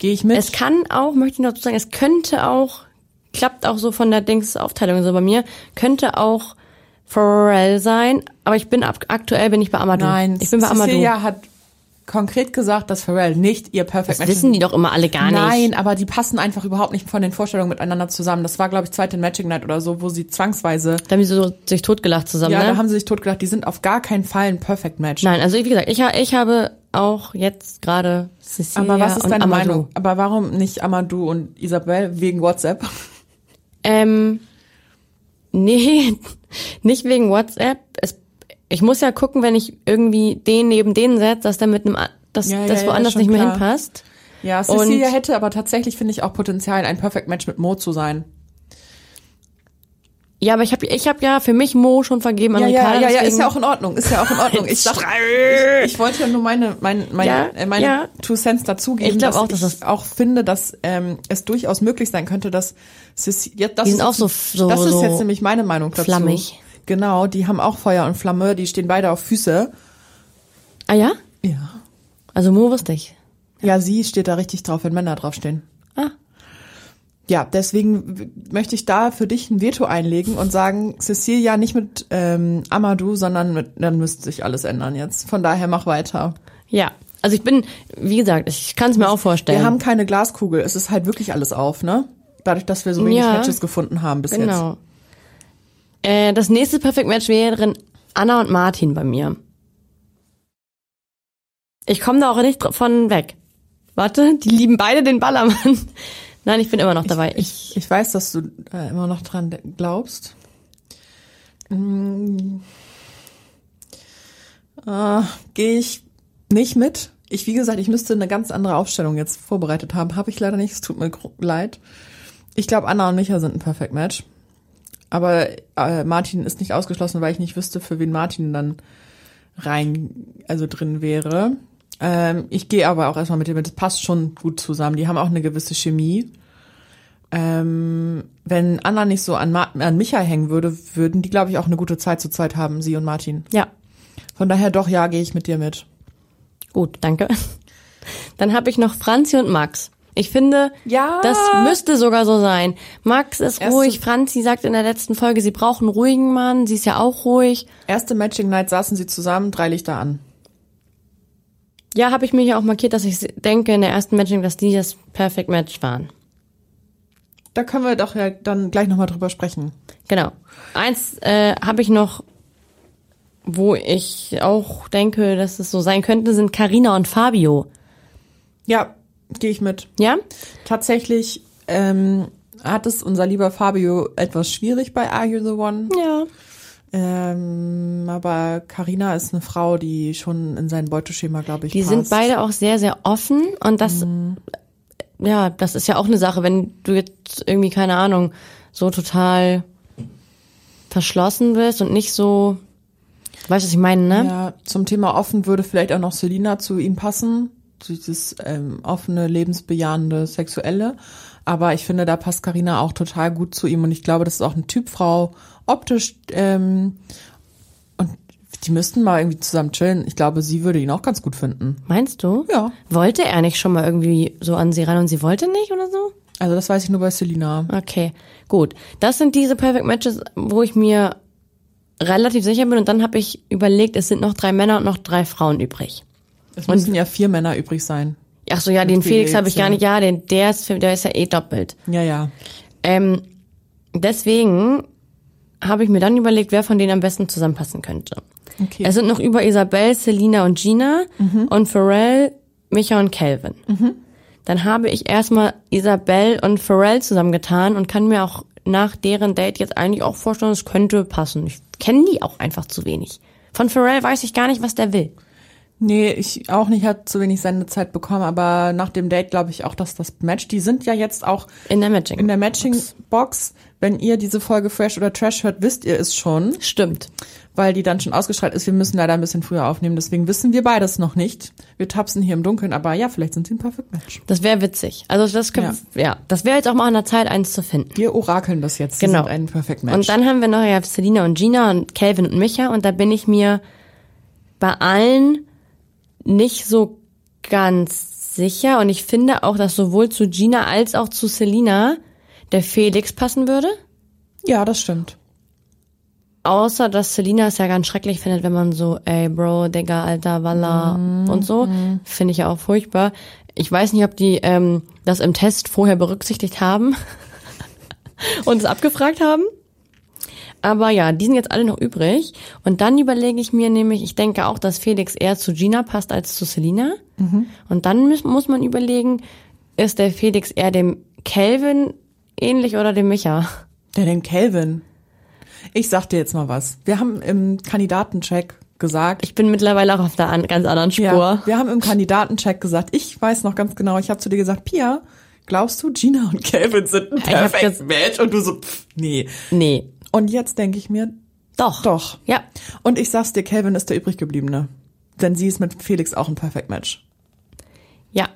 Speaker 2: Gehe ich mit.
Speaker 3: Es kann auch, möchte ich noch dazu sagen, es könnte auch, klappt auch so von der Dings-Aufteilung so bei mir, könnte auch Pharrell sein, aber ich bin ab, aktuell bin ich bei Amadou.
Speaker 2: Nein,
Speaker 3: Hm. ich bin bei Amadou.
Speaker 2: Cecilia hat konkret gesagt, dass Pharrell nicht ihr Perfect
Speaker 3: das
Speaker 2: Match ist.
Speaker 3: wissen die doch immer alle gar
Speaker 2: Nein,
Speaker 3: nicht.
Speaker 2: aber die passen einfach überhaupt nicht von den Vorstellungen miteinander zusammen. Das war, glaube ich, zweite Matching Night oder so, wo sie zwangsweise.
Speaker 3: Da haben sie so sich totgelacht zusammen,
Speaker 2: Ja,
Speaker 3: ne?
Speaker 2: da haben sie sich totgedacht, die sind auf gar keinen Fall ein Perfect Match.
Speaker 3: Nein, also wie gesagt, ich, ha- ich habe auch jetzt gerade Cecilia
Speaker 2: aber was ist
Speaker 3: und
Speaker 2: deine
Speaker 3: Amadou.
Speaker 2: Meinung? Aber warum nicht Amadou und Isabel wegen WhatsApp?
Speaker 3: Ähm, nee, nicht wegen WhatsApp. Es, ich muss ja gucken, wenn ich irgendwie den neben den setze, dass der mit einem, a- dass
Speaker 2: Ja, ja,
Speaker 3: das
Speaker 2: ja,
Speaker 3: woanders
Speaker 2: schon
Speaker 3: nicht mehr
Speaker 2: klar.
Speaker 3: hinpasst.
Speaker 2: Ja, Cecilia
Speaker 3: Und-
Speaker 2: hätte aber tatsächlich, finde ich, auch Potenzial, ein Perfect Match mit Mo zu sein.
Speaker 3: Ja, aber ich habe ich hab ja für mich Mo schon vergeben an
Speaker 2: Ja, ja, ja,
Speaker 3: Ricarda.
Speaker 2: ja,
Speaker 3: deswegen-
Speaker 2: ist ja auch in Ordnung, ist ja auch in Ordnung. Ich, sag, ich, ich wollte ja nur meine, meine, meine,
Speaker 3: Ja,
Speaker 2: äh, meine
Speaker 3: ja.
Speaker 2: Two Cents dazugeben.
Speaker 3: Ich glaub auch, dass
Speaker 2: ich auch finde, dass ähm, es durchaus möglich sein könnte, dass Sissi, jetzt, das
Speaker 3: Die
Speaker 2: ist
Speaker 3: sind auch
Speaker 2: jetzt,
Speaker 3: so- so-
Speaker 2: das ist
Speaker 3: so
Speaker 2: jetzt nämlich meine Meinung dazu.
Speaker 3: flammig.
Speaker 2: Genau, die haben auch Feuer und Flamme, die stehen beide auf Füße.
Speaker 3: Ah ja?
Speaker 2: Ja.
Speaker 3: Also Mo wusste ich.
Speaker 2: Ja, sie steht da richtig drauf, wenn Männer draufstehen.
Speaker 3: Ah.
Speaker 2: Ja, deswegen w- möchte ich da für dich ein Veto einlegen und sagen, Cecilia nicht mit ähm, Amadou, sondern mit, dann müsste sich alles ändern jetzt. Von daher mach weiter.
Speaker 3: Ja. Also ich bin, wie gesagt, ich kann es mir auch vorstellen.
Speaker 2: Wir haben keine Glaskugel, es ist halt wirklich alles auf, ne? Dadurch, dass wir so wenig
Speaker 3: Ja.
Speaker 2: Matches gefunden haben bis jetzt.
Speaker 3: genau. Äh, das nächste Perfect Match wären Anna und Martin bei mir. Ich komme da auch nicht dr- von weg. Warte, die lieben beide den Ballermann. Nein, ich bin immer noch dabei. Ich,
Speaker 2: Ich, ich weiß, dass du äh, immer noch dran de- glaubst. Hm. Äh, Gehe ich nicht mit. Ich, wie gesagt, ich müsste eine ganz andere Aufstellung jetzt vorbereitet haben. Habe ich leider nicht, es tut mir gro- leid. Ich glaube, Anna und Micha sind ein Perfect Match. Aber äh, Martin ist nicht ausgeschlossen, weil ich nicht wüsste, für wen Martin dann rein, also drin wäre. Ähm, ich gehe aber auch erstmal mit dem, das passt schon gut zusammen. Die haben auch eine gewisse Chemie. Ähm, wenn Anna nicht so an, Ma an Micha hängen würde, würden die, glaube ich, auch eine gute Zeit zu zweit haben, sie und Martin.
Speaker 3: Ja,
Speaker 2: Von daher doch, ja, gehe ich mit dir mit.
Speaker 3: gut, danke. Dann habe ich noch Franzi und Max. Ich finde,
Speaker 2: Ja.
Speaker 3: das müsste sogar so sein. Max ist
Speaker 2: Erste-
Speaker 3: ruhig. Franzi sagt in der letzten Folge, sie braucht einen ruhigen Mann. Sie ist ja auch ruhig.
Speaker 2: Erste Matching Night saßen sie zusammen, drei Lichter an.
Speaker 3: Ja, habe ich mir ja auch markiert, dass ich se- denke in der ersten Matching, dass die das Perfect Match waren.
Speaker 2: Da können wir doch ja dann gleich nochmal drüber sprechen.
Speaker 3: Genau. Eins äh, habe ich noch, wo ich auch denke, dass es so sein könnte, sind Carina und Fabio.
Speaker 2: Ja, gehe ich mit.
Speaker 3: Ja?
Speaker 2: Tatsächlich ähm, hat es unser lieber Fabio etwas schwierig bei Are You the One.
Speaker 3: Ja.
Speaker 2: Ähm, aber Karina ist eine Frau, die schon in sein Beuteschema, glaube ich,
Speaker 3: Die
Speaker 2: passt. Mhm.
Speaker 3: sind beide auch sehr, sehr offen und das, ja, das ist ja auch eine Sache, wenn du jetzt irgendwie, keine Ahnung, so total verschlossen bist und nicht so, weißt du, was ich meine, ne?
Speaker 2: Ja, zum Thema offen würde vielleicht auch noch Selina zu ihm passen. Dieses ähm, offene, lebensbejahende, sexuelle. Aber ich finde, da passt Karina auch total gut zu ihm. Und ich glaube, das ist auch eine Typfrau optisch. Ähm, und die müssten mal irgendwie zusammen chillen. Ich glaube, sie würde ihn auch ganz gut finden.
Speaker 3: Meinst du?
Speaker 2: Ja.
Speaker 3: Wollte er nicht schon mal irgendwie so an sie ran und sie wollte nicht oder so?
Speaker 2: Also das weiß ich nur bei Selina.
Speaker 3: Okay, gut. Das sind diese Perfect Matches, wo ich mir relativ sicher bin. Und dann habe ich überlegt, es sind noch drei Männer und noch drei Frauen übrig.
Speaker 2: Es müssen ja vier Männer übrig sein.
Speaker 3: Ach so, ja, den Felix habe ich
Speaker 2: Felix,
Speaker 3: gar nicht. Ja, den, der ist, der ist ja eh doppelt.
Speaker 2: Ja, ja.
Speaker 3: Ähm, deswegen habe ich mir dann überlegt, wer von denen am besten zusammenpassen könnte.
Speaker 2: Okay. Mhm.
Speaker 3: Es sind noch über Isabel, Selina und Gina und Pharrell, Micha und Calvin. Dann habe ich erstmal Isabel und Pharrell zusammengetan und kann mir auch nach deren Date jetzt eigentlich auch vorstellen, es könnte passen. Ich kenne die auch einfach zu wenig. Von Pharrell weiß ich gar nicht, was der will.
Speaker 2: Nee, ich auch nicht, hat zu wenig Sendezeit bekommen, aber nach dem Date glaube ich auch, dass das Match, die sind ja jetzt auch
Speaker 3: In der Matching.
Speaker 2: in der Matching-Box. Wenn ihr diese Folge Fresh oder Trash hört, wisst ihr es schon,
Speaker 3: Stimmt.
Speaker 2: weil die dann schon ausgestrahlt ist. Wir müssen leider ein bisschen früher aufnehmen, deswegen wissen wir beides noch nicht. Wir tapsen hier im Dunkeln, aber ja, vielleicht sind sie ein Perfect Match.
Speaker 3: Das wäre witzig. Also das können, ja. das wäre jetzt auch mal an der Zeit, eins zu finden.
Speaker 2: Wir orakeln das jetzt. Sie
Speaker 3: Genau.
Speaker 2: Sind ein Perfect Match.
Speaker 3: Und dann haben wir noch ja Selina und Gina und Calvin und Micha und da bin ich mir bei allen nicht so ganz sicher und ich finde auch, dass sowohl zu Gina als auch zu Selina der Felix passen würde,
Speaker 2: ja, das stimmt.
Speaker 3: außer dass Selina es ja ganz schrecklich findet, wenn man so ey Bro, Digga, Alter, Walla und so, finde ich ja auch furchtbar. Ich weiß nicht, ob die ähm, das im Test vorher berücksichtigt haben und es abgefragt haben. Aber ja, die sind jetzt alle noch übrig. Und dann überlege ich mir nämlich, ich denke auch, dass Felix eher zu Gina passt als zu Selina. Und dann muss, muss man überlegen, ist der Felix eher dem Kelvin ähnlich oder dem Micha?
Speaker 2: Der den Calvin. Ich sag dir jetzt mal was. Wir haben im Kandidatencheck gesagt,
Speaker 3: Ich bin mittlerweile auch auf der an, ganz anderen Spur.
Speaker 2: Ja, wir haben im Kandidatencheck gesagt, ich weiß noch ganz genau, ich habe zu dir gesagt, Pia, glaubst du, Gina und Calvin sind ein
Speaker 3: Ich hab
Speaker 2: perfektes
Speaker 3: ges-
Speaker 2: Match? Und du so, pff, nee.
Speaker 3: Nee.
Speaker 2: Und jetzt denke ich mir,
Speaker 3: Doch.
Speaker 2: doch.
Speaker 3: Ja.
Speaker 2: Und ich sag's dir, Calvin ist der übrig gebliebene. Denn sie ist mit Felix auch ein perfekt Match.
Speaker 3: Ja.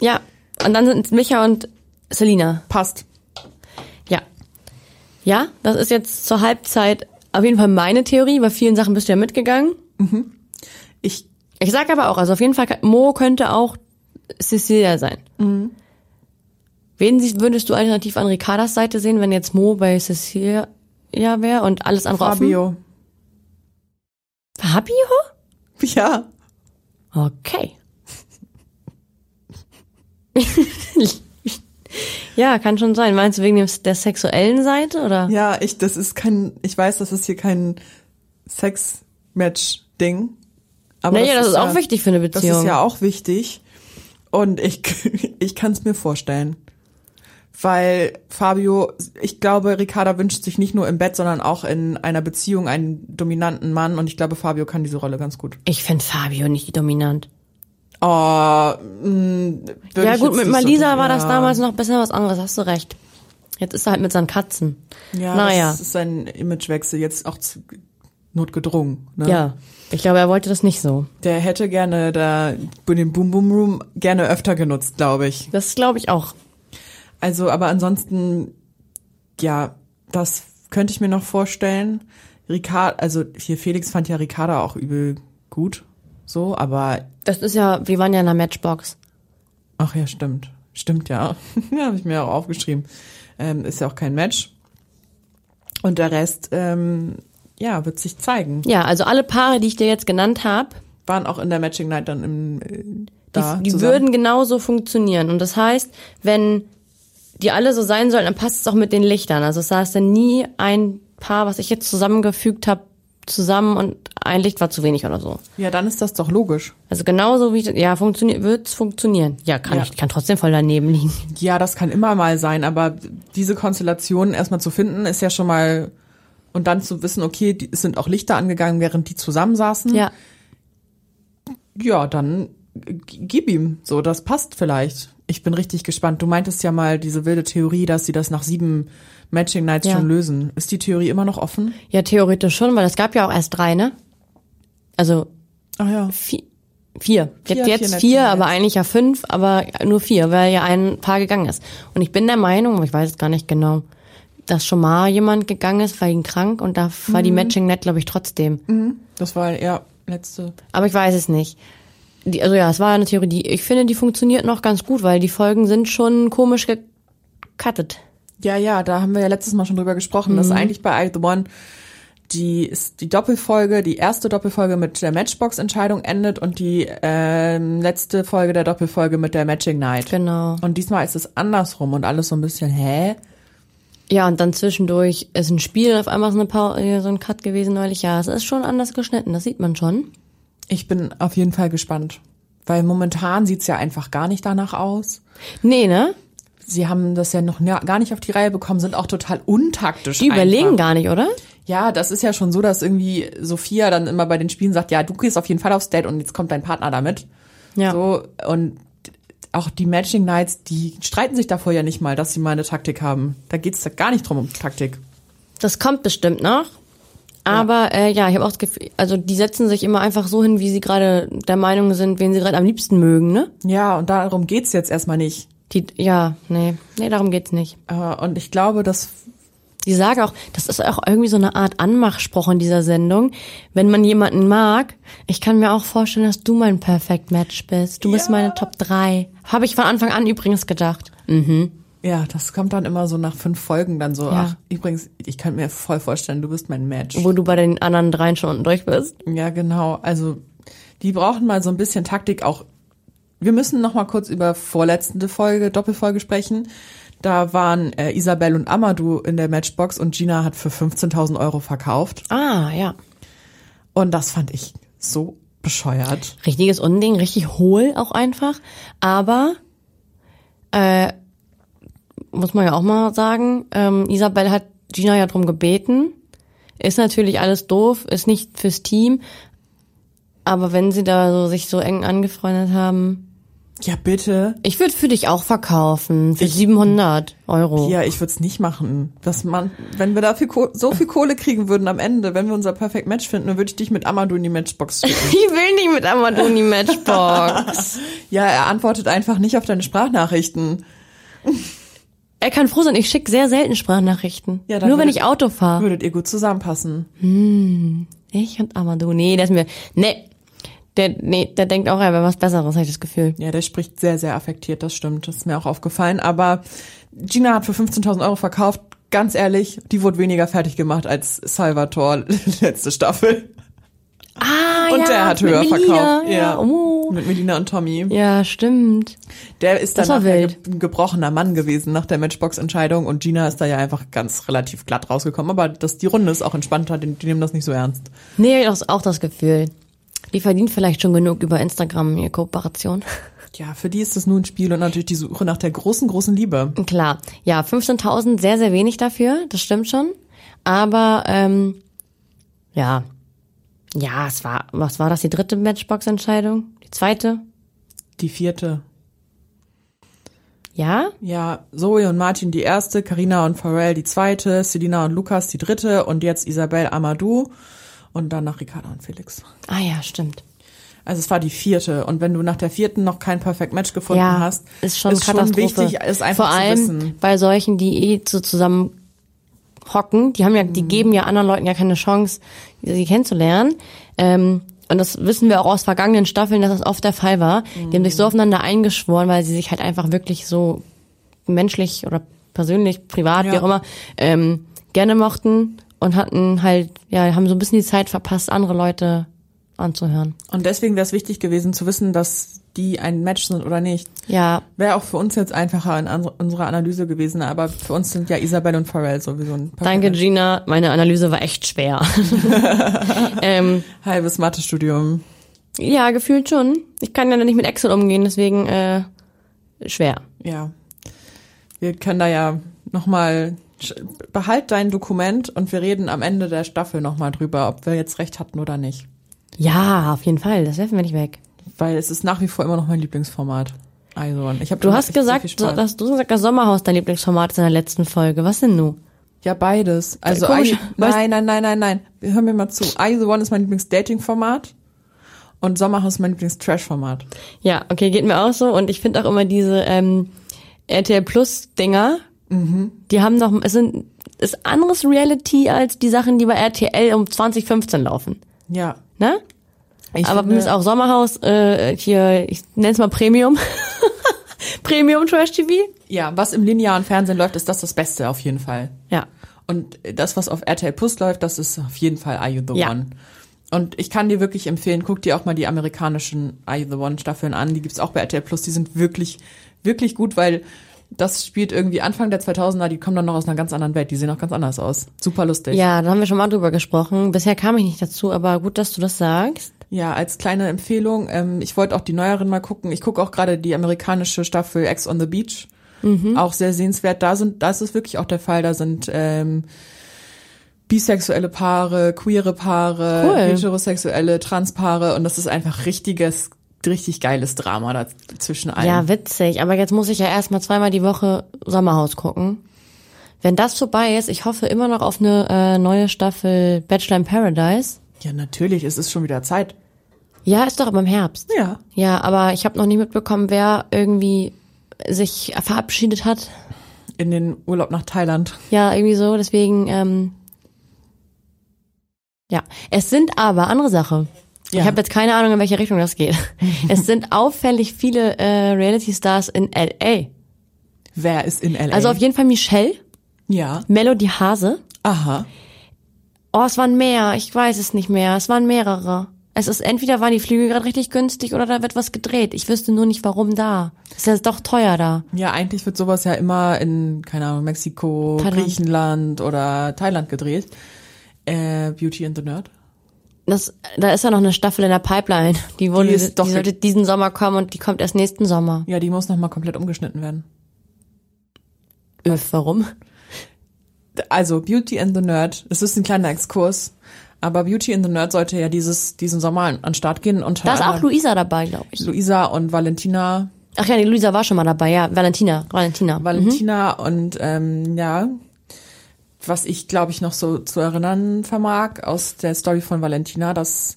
Speaker 3: Ja. Und dann sind Micha und Selina.
Speaker 2: Passt.
Speaker 3: Ja. Ja, das ist jetzt zur Halbzeit auf jeden Fall meine Theorie. Bei vielen Sachen bist du ja mitgegangen.
Speaker 2: Ich,
Speaker 3: Ich sag aber auch, also auf jeden Fall, kann- Mo könnte auch Cecilia sein.
Speaker 2: Mhm.
Speaker 3: Wen sie- würdest du alternativ an Ricardas Seite sehen, wenn jetzt Mo bei Cecilia wäre und alles andere
Speaker 2: Fabio.
Speaker 3: offen? Fabio?
Speaker 2: Ja.
Speaker 3: Okay. ja, kann schon sein. Meinst du wegen dem, der sexuellen Seite oder?
Speaker 2: Ja, ich, das ist kein, ich weiß, das ist hier kein Sex-Match-Ding. Aber
Speaker 3: naja, das, ist auch
Speaker 2: ja-
Speaker 3: wichtig für eine
Speaker 2: Das
Speaker 3: Beziehung.
Speaker 2: ist ja auch wichtig. Und ich, ich kann es mir vorstellen. Weil Fabio, ich glaube, Ricarda wünscht sich nicht nur im Bett, sondern auch in einer Beziehung einen dominanten Mann. Und ich glaube, Fabio kann diese Rolle ganz gut.
Speaker 3: ich finde Fabio nicht dominant.
Speaker 2: Oh, mh, hm, würd
Speaker 3: ja
Speaker 2: ich
Speaker 3: gut,
Speaker 2: jetzt nicht
Speaker 3: mit
Speaker 2: so
Speaker 3: Malisa
Speaker 2: sehen.
Speaker 3: war das
Speaker 2: Ja.
Speaker 3: damals noch ein bisschen was anderes, hast du recht. Jetzt ist er halt mit seinen Katzen.
Speaker 2: Ja,
Speaker 3: naja.
Speaker 2: das ist ein Imagewechsel, jetzt auch zu, notgedrungen. Ne?
Speaker 3: Ja. Ich glaube, er wollte das nicht so.
Speaker 2: Der hätte gerne da den Boom Boom Room gerne öfter genutzt, glaube ich.
Speaker 3: Das glaube ich auch.
Speaker 2: Also, aber ansonsten, ja, das könnte ich mir noch vorstellen. Ricard, also hier Felix fand ja Ricarda auch übel gut, so, aber
Speaker 3: Das ist ja, wir waren ja in der Matchbox.
Speaker 2: ach ja, stimmt. Stimmt ja. ja, habe ich mir auch aufgeschrieben. Ähm, ist ja auch kein Match. Und der Rest, ähm, ja, wird sich zeigen.
Speaker 3: Ja, also alle Paare, die ich dir jetzt genannt habe,
Speaker 2: Waren auch in der Matching Night dann im äh, da
Speaker 3: die, die
Speaker 2: zusammen.
Speaker 3: würden genauso funktionieren. Und das heißt, wenn die alle so sein sollen, dann passt es auch mit den Lichtern. Also es saß dann nie ein Paar, was ich jetzt zusammengefügt habe, zusammen und ein Licht war zu wenig oder so.
Speaker 2: Ja, dann ist das doch logisch.
Speaker 3: Also genauso wie ich, ja, funktioniert, wird's funktionieren. Ja, kann
Speaker 2: Ja.
Speaker 3: ich, kann trotzdem voll daneben liegen.
Speaker 2: Ja, das kann immer mal sein, aber diese Konstellationen erstmal zu finden, ist ja schon mal und dann zu wissen, okay, die, es sind auch Lichter angegangen, während die zusammensaßen.
Speaker 3: Ja.
Speaker 2: Ja, dann äh, g- gib ihm. So, das passt vielleicht. Ich bin richtig gespannt. Du meintest ja mal diese wilde Theorie, dass sie das nach sieben Matching Nights
Speaker 3: Ja.
Speaker 2: schon lösen. Ist die Theorie immer noch offen?
Speaker 3: Ja, theoretisch schon, weil es gab ja auch erst drei, ne? Also
Speaker 2: Ach ja.
Speaker 3: vier. Vier.
Speaker 2: Vier,
Speaker 3: Jetzt, jetzt
Speaker 2: vier
Speaker 3: vier,
Speaker 2: Nationals.
Speaker 3: aber eigentlich ja fünf, aber nur vier, weil ja ein Paar gegangen ist. Und ich bin der Meinung, aber ich weiß es gar nicht genau, dass schon mal jemand gegangen ist, war ihn krank und da war
Speaker 2: Mhm.
Speaker 3: die Matching Net, glaube ich, trotzdem.
Speaker 2: Das war ja letzte.
Speaker 3: Aber ich weiß es nicht. Die, also ja, es war eine Theorie, die ich finde, die funktioniert noch ganz gut, weil die Folgen sind schon komisch gecuttet.
Speaker 2: Ja, ja, da haben wir ja letztes Mal schon drüber gesprochen,
Speaker 3: Mhm.
Speaker 2: dass eigentlich bei I The One die, ist die Doppelfolge, die erste Doppelfolge mit der Matchbox-Entscheidung endet und die ähm, letzte Folge der Doppelfolge mit der Matching Night.
Speaker 3: Genau.
Speaker 2: Und diesmal ist es andersrum und alles so ein bisschen, hä?
Speaker 3: Ja, und dann zwischendurch ist ein Spiel, auf einmal ist eine pa äh, so ein Cut gewesen neulich. Ja, es ist schon anders geschnitten, das sieht man schon.
Speaker 2: Ich bin auf jeden Fall gespannt. Weil momentan sieht's ja einfach gar nicht danach aus.
Speaker 3: Nee, ne?
Speaker 2: Sie haben das ja noch gar nicht auf die Reihe bekommen, sind auch total untaktisch.
Speaker 3: Die überlegen
Speaker 2: einfach.
Speaker 3: gar nicht, oder?
Speaker 2: Ja, das ist ja schon so, dass irgendwie Sophia dann immer bei den Spielen sagt, ja, du gehst auf jeden Fall aufs Date und jetzt kommt dein Partner damit.
Speaker 3: Ja.
Speaker 2: So, und auch die Matching Nights, die streiten sich davor ja nicht mal, dass sie mal eine Taktik haben. Da geht's da gar nicht drum um Taktik.
Speaker 3: Das kommt bestimmt noch. Aber ja, äh, ja ich habe auch das Gefühl, also die setzen sich immer einfach so hin, wie sie gerade der Meinung sind, wen sie gerade am liebsten mögen, ne?
Speaker 2: Ja, und darum geht's jetzt erstmal nicht.
Speaker 3: Die, ja, nee, nee, darum geht's nicht.
Speaker 2: Äh, Und ich glaube, dass,
Speaker 3: Die sagen auch, das ist auch irgendwie so eine Art Anmachspruch in dieser Sendung. Wenn man jemanden mag, ich kann mir auch vorstellen, dass du mein Perfect Match bist. Du bist meine Top 3. Habe ich von Anfang an übrigens gedacht.
Speaker 2: ja, das kommt dann immer so nach fünf Folgen dann so,
Speaker 3: Ja.
Speaker 2: ach, übrigens, ich kann mir voll vorstellen, du bist mein Match.
Speaker 3: Wo du bei den anderen dreien schon unten durch bist.
Speaker 2: Ja, genau. Also die brauchen mal so ein bisschen Taktik auch. Wir müssen noch mal kurz über vorletzte Folge, Doppelfolge sprechen. Da waren äh, Isabel und Amadou in der Matchbox und Gina hat für 15.000 Euro verkauft.
Speaker 3: Ah, ja.
Speaker 2: Und das fand ich so bescheuert.
Speaker 3: richtiges Unding, richtig hohl auch einfach. Aber äh, muss man ja auch mal sagen, ähm, Isabel hat Gina ja drum gebeten. Ist natürlich alles doof, ist nicht fürs Team. Aber wenn sie da so sich so eng angefreundet haben,
Speaker 2: Ja, bitte.
Speaker 3: ich würde für dich auch verkaufen für 700 Euro.
Speaker 2: Ja, ich würde es nicht machen. Dass man, wenn wir dafür Ko- so viel Kohle kriegen würden am Ende, wenn wir unser Perfect Match finden, dann würde ich dich mit Amadou in die Matchbox schicken.
Speaker 3: Ich will nicht mit Amadoni Matchbox.
Speaker 2: ja, er antwortet einfach nicht auf deine Sprachnachrichten.
Speaker 3: er kann froh sein, ich schicke sehr selten Sprachnachrichten.
Speaker 2: Ja, dann
Speaker 3: Nur wenn
Speaker 2: würde-
Speaker 3: ich Auto fahre.
Speaker 2: Würdet ihr gut zusammenpassen.
Speaker 3: Ich und Amadou. Nee, der ist mir. Nee. Der, nee, der denkt auch, er wäre was Besseres, habe ich das Gefühl.
Speaker 2: Ja, der spricht sehr, sehr affektiert, das stimmt. Das ist mir auch aufgefallen. Aber Gina hat für 15.000 Euro verkauft. Ganz ehrlich, die wurde weniger fertig gemacht als Salvatore letzte Staffel.
Speaker 3: Ah,
Speaker 2: Und der hat
Speaker 3: mit
Speaker 2: höher
Speaker 3: Melina,
Speaker 2: verkauft.
Speaker 3: Ja, ja. Oh.
Speaker 2: Mit Melina und Tommy.
Speaker 3: ja, stimmt.
Speaker 2: Der ist dann
Speaker 3: Das war
Speaker 2: nachher
Speaker 3: wild.
Speaker 2: ge- ein gebrochener Mann gewesen nach der Matchbox-Entscheidung und Gina ist da ja einfach ganz relativ glatt rausgekommen. Aber dass die Runde ist auch entspannter, die, die nehmen das nicht so ernst.
Speaker 3: Nee, das auch das Gefühl. Die verdient vielleicht schon genug über Instagram ihre Kooperation.
Speaker 2: Ja, für die ist das nur ein Spiel und natürlich die Suche nach der großen, großen Liebe.
Speaker 3: Klar. Ja, 15.000 sehr, sehr wenig dafür, das stimmt schon. Aber ähm, ja. Ja, es war, was war das? Die dritte Matchbox-Entscheidung? Die zweite?
Speaker 2: Die vierte.
Speaker 3: Ja?
Speaker 2: Ja, Zoe und Martin die erste, Karina und Pharrell die zweite, Selina und Lukas die dritte und jetzt Isabel Amadou und danach Ricarda und Felix.
Speaker 3: Ah ja, stimmt.
Speaker 2: Also es war die vierte. Und wenn du nach der vierten noch kein Perfect Match gefunden
Speaker 3: ja,
Speaker 2: hast,
Speaker 3: ist schon Katastrophe.
Speaker 2: wichtig, ist einfach
Speaker 3: Vor
Speaker 2: zu
Speaker 3: allem
Speaker 2: wissen.
Speaker 3: bei solchen, die eh so zusammen hocken, die haben ja,
Speaker 2: Mhm.
Speaker 3: die geben ja anderen Leuten ja keine Chance, sie kennenzulernen. Ähm, und das wissen wir auch aus vergangenen Staffeln, dass das oft der Fall war. Die haben sich
Speaker 2: Mhm.
Speaker 3: so aufeinander eingeschworen, weil sie sich halt einfach wirklich so menschlich oder persönlich, privat, wie
Speaker 2: Ja.
Speaker 3: auch immer, ähm, gerne mochten und hatten halt, ja, haben so ein bisschen die Zeit verpasst, andere Leute anzuhören.
Speaker 2: Und deswegen wäre es wichtig gewesen zu wissen, dass die ein Match sind oder nicht.
Speaker 3: Ja,
Speaker 2: Wäre auch für uns jetzt einfacher in an- unserer Analyse gewesen, aber für uns sind ja Isabel und Pharrell sowieso ein Perfect
Speaker 3: Danke,
Speaker 2: Match.
Speaker 3: Gina. Meine Analyse war echt schwer. ähm,
Speaker 2: halbes Mathestudium.
Speaker 3: ja, gefühlt schon. Ich kann ja nicht mit Excel umgehen, deswegen äh, schwer.
Speaker 2: Ja. Wir können da ja nochmal, behalt dein Dokument und wir reden am Ende der Staffel nochmal drüber, ob wir jetzt recht hatten oder nicht.
Speaker 3: Ja, auf jeden Fall. Das werfen wir nicht weg.
Speaker 2: Weil es ist nach wie vor immer noch mein Lieblingsformat. Also, und ich habe
Speaker 3: Du hast gesagt, so, äh, dass du hast gesagt, das Sommerhaus dein Lieblingsformat ist in der letzten Folge. Was denn nun?
Speaker 2: ja beides. Also
Speaker 3: komisch,
Speaker 2: I,
Speaker 3: weißt-
Speaker 2: nein, nein, nein, nein, nein. Hör mir mal zu. I the One ist mein Lieblings-Dating-Format und Sommerhaus ist mein Lieblings-Trash-Format.
Speaker 3: Ja, okay, geht mir auch so. Und ich finde auch immer diese ähm, RTL Plus Dinger. Die haben noch, es sind ist anderes Reality als die Sachen, die bei RTL um 2015 laufen.
Speaker 2: Ja.
Speaker 3: Ne?
Speaker 2: Ich
Speaker 3: Aber
Speaker 2: finde-
Speaker 3: mir ist auch Sommerhaus äh, hier, ich nenne es mal Premium. Premium Trash TV.
Speaker 2: ja, was im linearen Fernsehen läuft, ist das das Beste auf jeden Fall.
Speaker 3: Ja.
Speaker 2: Und das, was auf RTL Plus läuft, das ist auf jeden Fall Are You the
Speaker 3: Ja.
Speaker 2: One. Und ich kann dir wirklich empfehlen, guck dir auch mal die amerikanischen Are You the One Staffeln an. Die gibt's auch bei RTL Plus. Die sind wirklich, wirklich gut, weil das spielt irgendwie Anfang der 2000er. Die kommen dann noch aus einer ganz anderen Welt. Die sehen auch ganz anders aus. Super lustig.
Speaker 3: Ja, da haben wir schon mal drüber gesprochen. Bisher kam ich nicht dazu, aber gut, dass du das sagst.
Speaker 2: Ja, als kleine Empfehlung, ähm, ich wollte auch die neueren mal gucken. Ich gucke auch gerade die amerikanische Staffel Ex on the Beach.
Speaker 3: Mhm.
Speaker 2: Auch sehr sehenswert. Da sind, das ist wirklich auch der Fall. Da sind ähm, bisexuelle Paare, queere Paare,
Speaker 3: Cool.
Speaker 2: heterosexuelle, Transpaare und das ist einfach richtiges, richtig geiles Drama dazwischen allen.
Speaker 3: Ja, witzig. Aber jetzt muss ich ja erstmal zweimal die Woche Sommerhaus gucken. Wenn das vorbei ist, ich hoffe immer noch auf eine äh, neue Staffel Bachelor in Paradise.
Speaker 2: ja, natürlich, es ist schon wieder Zeit.
Speaker 3: Ja, ist doch aber im Herbst.
Speaker 2: Ja.
Speaker 3: Ja, aber ich habe noch nicht mitbekommen, wer irgendwie sich verabschiedet hat.
Speaker 2: In den Urlaub nach Thailand.
Speaker 3: Ja, irgendwie so, deswegen, ähm, ja. Es sind aber, andere Sache.
Speaker 2: Ja.
Speaker 3: Ich habe jetzt keine Ahnung, in welche Richtung das geht. es sind auffällig viele äh, Reality-Stars in L.A.
Speaker 2: Wer ist in LA?
Speaker 3: Also auf jeden Fall Michelle,
Speaker 2: ja.
Speaker 3: Melody Hase.
Speaker 2: Aha.
Speaker 3: Oh, es waren mehr, ich weiß es nicht mehr. Es waren mehrere. Es ist entweder waren die Flüge gerade richtig günstig oder da wird was gedreht. Ich wüsste nur nicht, warum da. Ist ja doch teuer da.
Speaker 2: Ja, eigentlich wird sowas ja immer in, keine Ahnung, Mexiko,
Speaker 3: Thailand.
Speaker 2: Griechenland oder Thailand gedreht. Äh, Beauty and the Nerd.
Speaker 3: Das, da ist ja noch eine Staffel in der Pipeline. Die, wurde,
Speaker 2: Die
Speaker 3: die,
Speaker 2: ist doch-
Speaker 3: die sollte diesen Sommer kommen und die kommt erst nächsten Sommer.
Speaker 2: Ja, die muss nochmal komplett umgeschnitten werden.
Speaker 3: Äh, Warum?
Speaker 2: D- Also Beauty and the Nerd, es ist ein kleiner Exkurs, aber Beauty and the Nerd sollte ja dieses, diesen Sommer an, an den Start gehen. Unter
Speaker 3: Da ist auch
Speaker 2: anderem
Speaker 3: Luisa dabei, glaube ich.
Speaker 2: Luisa und Valentina.
Speaker 3: Ach ja, die Luisa war schon mal dabei, ja. Valentina, Valentina.
Speaker 2: Valentina und ähm, ja, was ich glaube ich noch so zu erinnern vermag aus der Story von Valentina, dass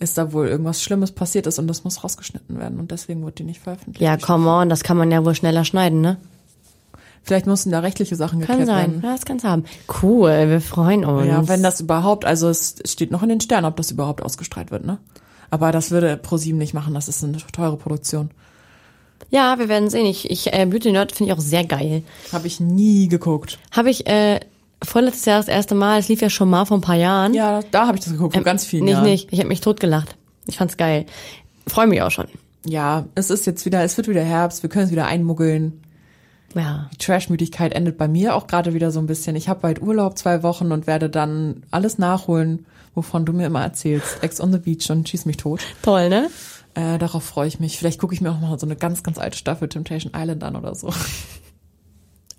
Speaker 2: ist da wohl irgendwas Schlimmes passiert ist und das muss rausgeschnitten werden und deswegen wird die nicht veröffentlicht.
Speaker 3: ja, come on, das kann man ja wohl schneller schneiden, ne?
Speaker 2: Vielleicht mussten da rechtliche Sachen geklärt
Speaker 3: Kann sein.
Speaker 2: werden.
Speaker 3: Ja, das kann's haben. Cool, wir freuen uns.
Speaker 2: Ja, wenn das überhaupt, also es steht noch in den Sternen, ob das überhaupt ausgestrahlt wird, ne? Aber das würde ProSieben nicht machen, das ist eine teure Produktion.
Speaker 3: ja wir werden sehen. Ich, ich äh, Beauty Nerd finde ich auch sehr geil.
Speaker 2: Habe ich nie geguckt.
Speaker 3: Habe ich äh, vorletztes Jahr das erste Mal, es lief ja schon mal vor ein paar Jahren.
Speaker 2: Ja, da habe ich das geguckt, vor ganz vielen
Speaker 3: Ähm, Nicht,
Speaker 2: Jahren.
Speaker 3: nicht. Ich habe mich totgelacht. Ich fand's geil. Freue mich auch schon.
Speaker 2: Ja, es ist jetzt wieder, es wird wieder Herbst, wir können es wieder einmuggeln.
Speaker 3: Ja.
Speaker 2: Die Trash-Müdigkeit endet bei mir auch gerade wieder so ein bisschen. Ich habe bald Urlaub, zwei Wochen und werde dann alles nachholen, wovon du mir immer erzählst. Ex on the Beach und Schieß mich tot.
Speaker 3: Toll, ne?
Speaker 2: Äh, darauf freue ich mich. Vielleicht gucke ich mir auch mal so eine ganz, ganz alte Staffel Temptation Island an oder so.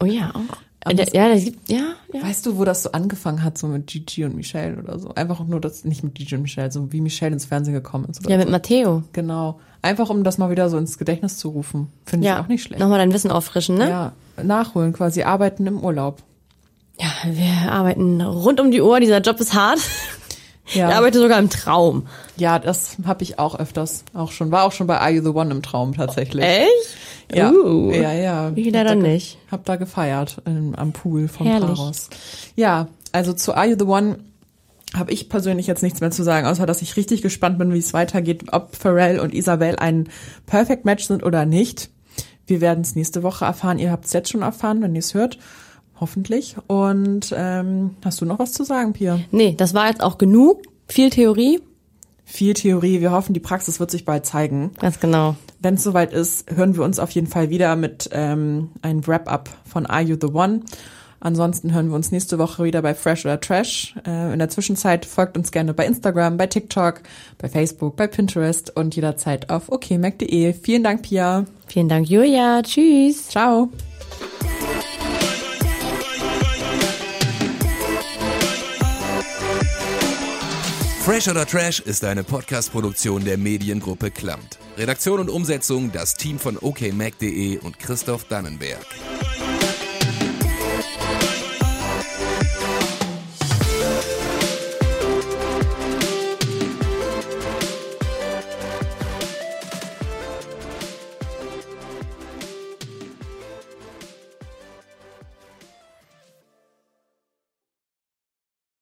Speaker 3: Oh ja, auch.
Speaker 2: Aber
Speaker 3: Der,
Speaker 2: das-
Speaker 3: ja, das gibt, ja, ja.
Speaker 2: Weißt du, wo das so angefangen hat, so mit Gigi und Michelle oder so? Einfach nur das, nicht mit Gigi und Michelle, so wie Michelle ins Fernsehen gekommen ist. Oder
Speaker 3: Ja,
Speaker 2: so.
Speaker 3: mit Matteo.
Speaker 2: Genau. Einfach um das mal wieder so ins Gedächtnis zu rufen. Finde
Speaker 3: Ja.
Speaker 2: ich auch nicht schlecht.
Speaker 3: Nochmal dein Wissen auffrischen, ne?
Speaker 2: Ja, nachholen quasi, arbeiten im Urlaub.
Speaker 3: Ja, wir arbeiten rund um die Uhr. Dieser Job ist hart. Ja. Ich arbeite sogar im Traum.
Speaker 2: Ja, das habe ich auch öfters auch schon. War auch schon bei Are You the One im Traum tatsächlich.
Speaker 3: Echt?
Speaker 2: Ja,
Speaker 3: Uh.
Speaker 2: ja, ja.
Speaker 3: Ich leider
Speaker 2: hab da, ge-
Speaker 3: nicht.
Speaker 2: Hab da gefeiert ähm, am Pool von
Speaker 3: Herrlich.
Speaker 2: Paros. Ja, also zu Are You the One habe ich persönlich jetzt nichts mehr zu sagen, außer dass ich richtig gespannt bin, wie es weitergeht, ob Pharrell und Isabel ein Perfect Match sind oder nicht. Wir werden es nächste Woche erfahren. Ihr habt es jetzt schon erfahren, wenn ihr es hört. Hoffentlich. Und ähm, hast du noch was zu sagen, Pia?
Speaker 3: Nee, das war jetzt auch genug. Viel Theorie.
Speaker 2: Viel Theorie. Wir hoffen, die Praxis wird sich bald zeigen.
Speaker 3: Ganz genau.
Speaker 2: Wenn es soweit ist, hören wir uns auf jeden Fall wieder mit ähm, einem Wrap-up von Are You the One. Ansonsten hören wir uns nächste Woche wieder bei Fresh oder Trash. Äh, in der Zwischenzeit folgt uns gerne bei Instagram, bei TikTok, bei Facebook, bei Pinterest und jederzeit auf okmac.de. Vielen Dank, Pia.
Speaker 3: Vielen Dank, Julia. Tschüss.
Speaker 2: Ciao.
Speaker 1: Fresh oder Trash ist eine Podcast-Produktion der Mediengruppe Klammt. Redaktion und Umsetzung das Team von okmac.de und Christoph Dannenberg.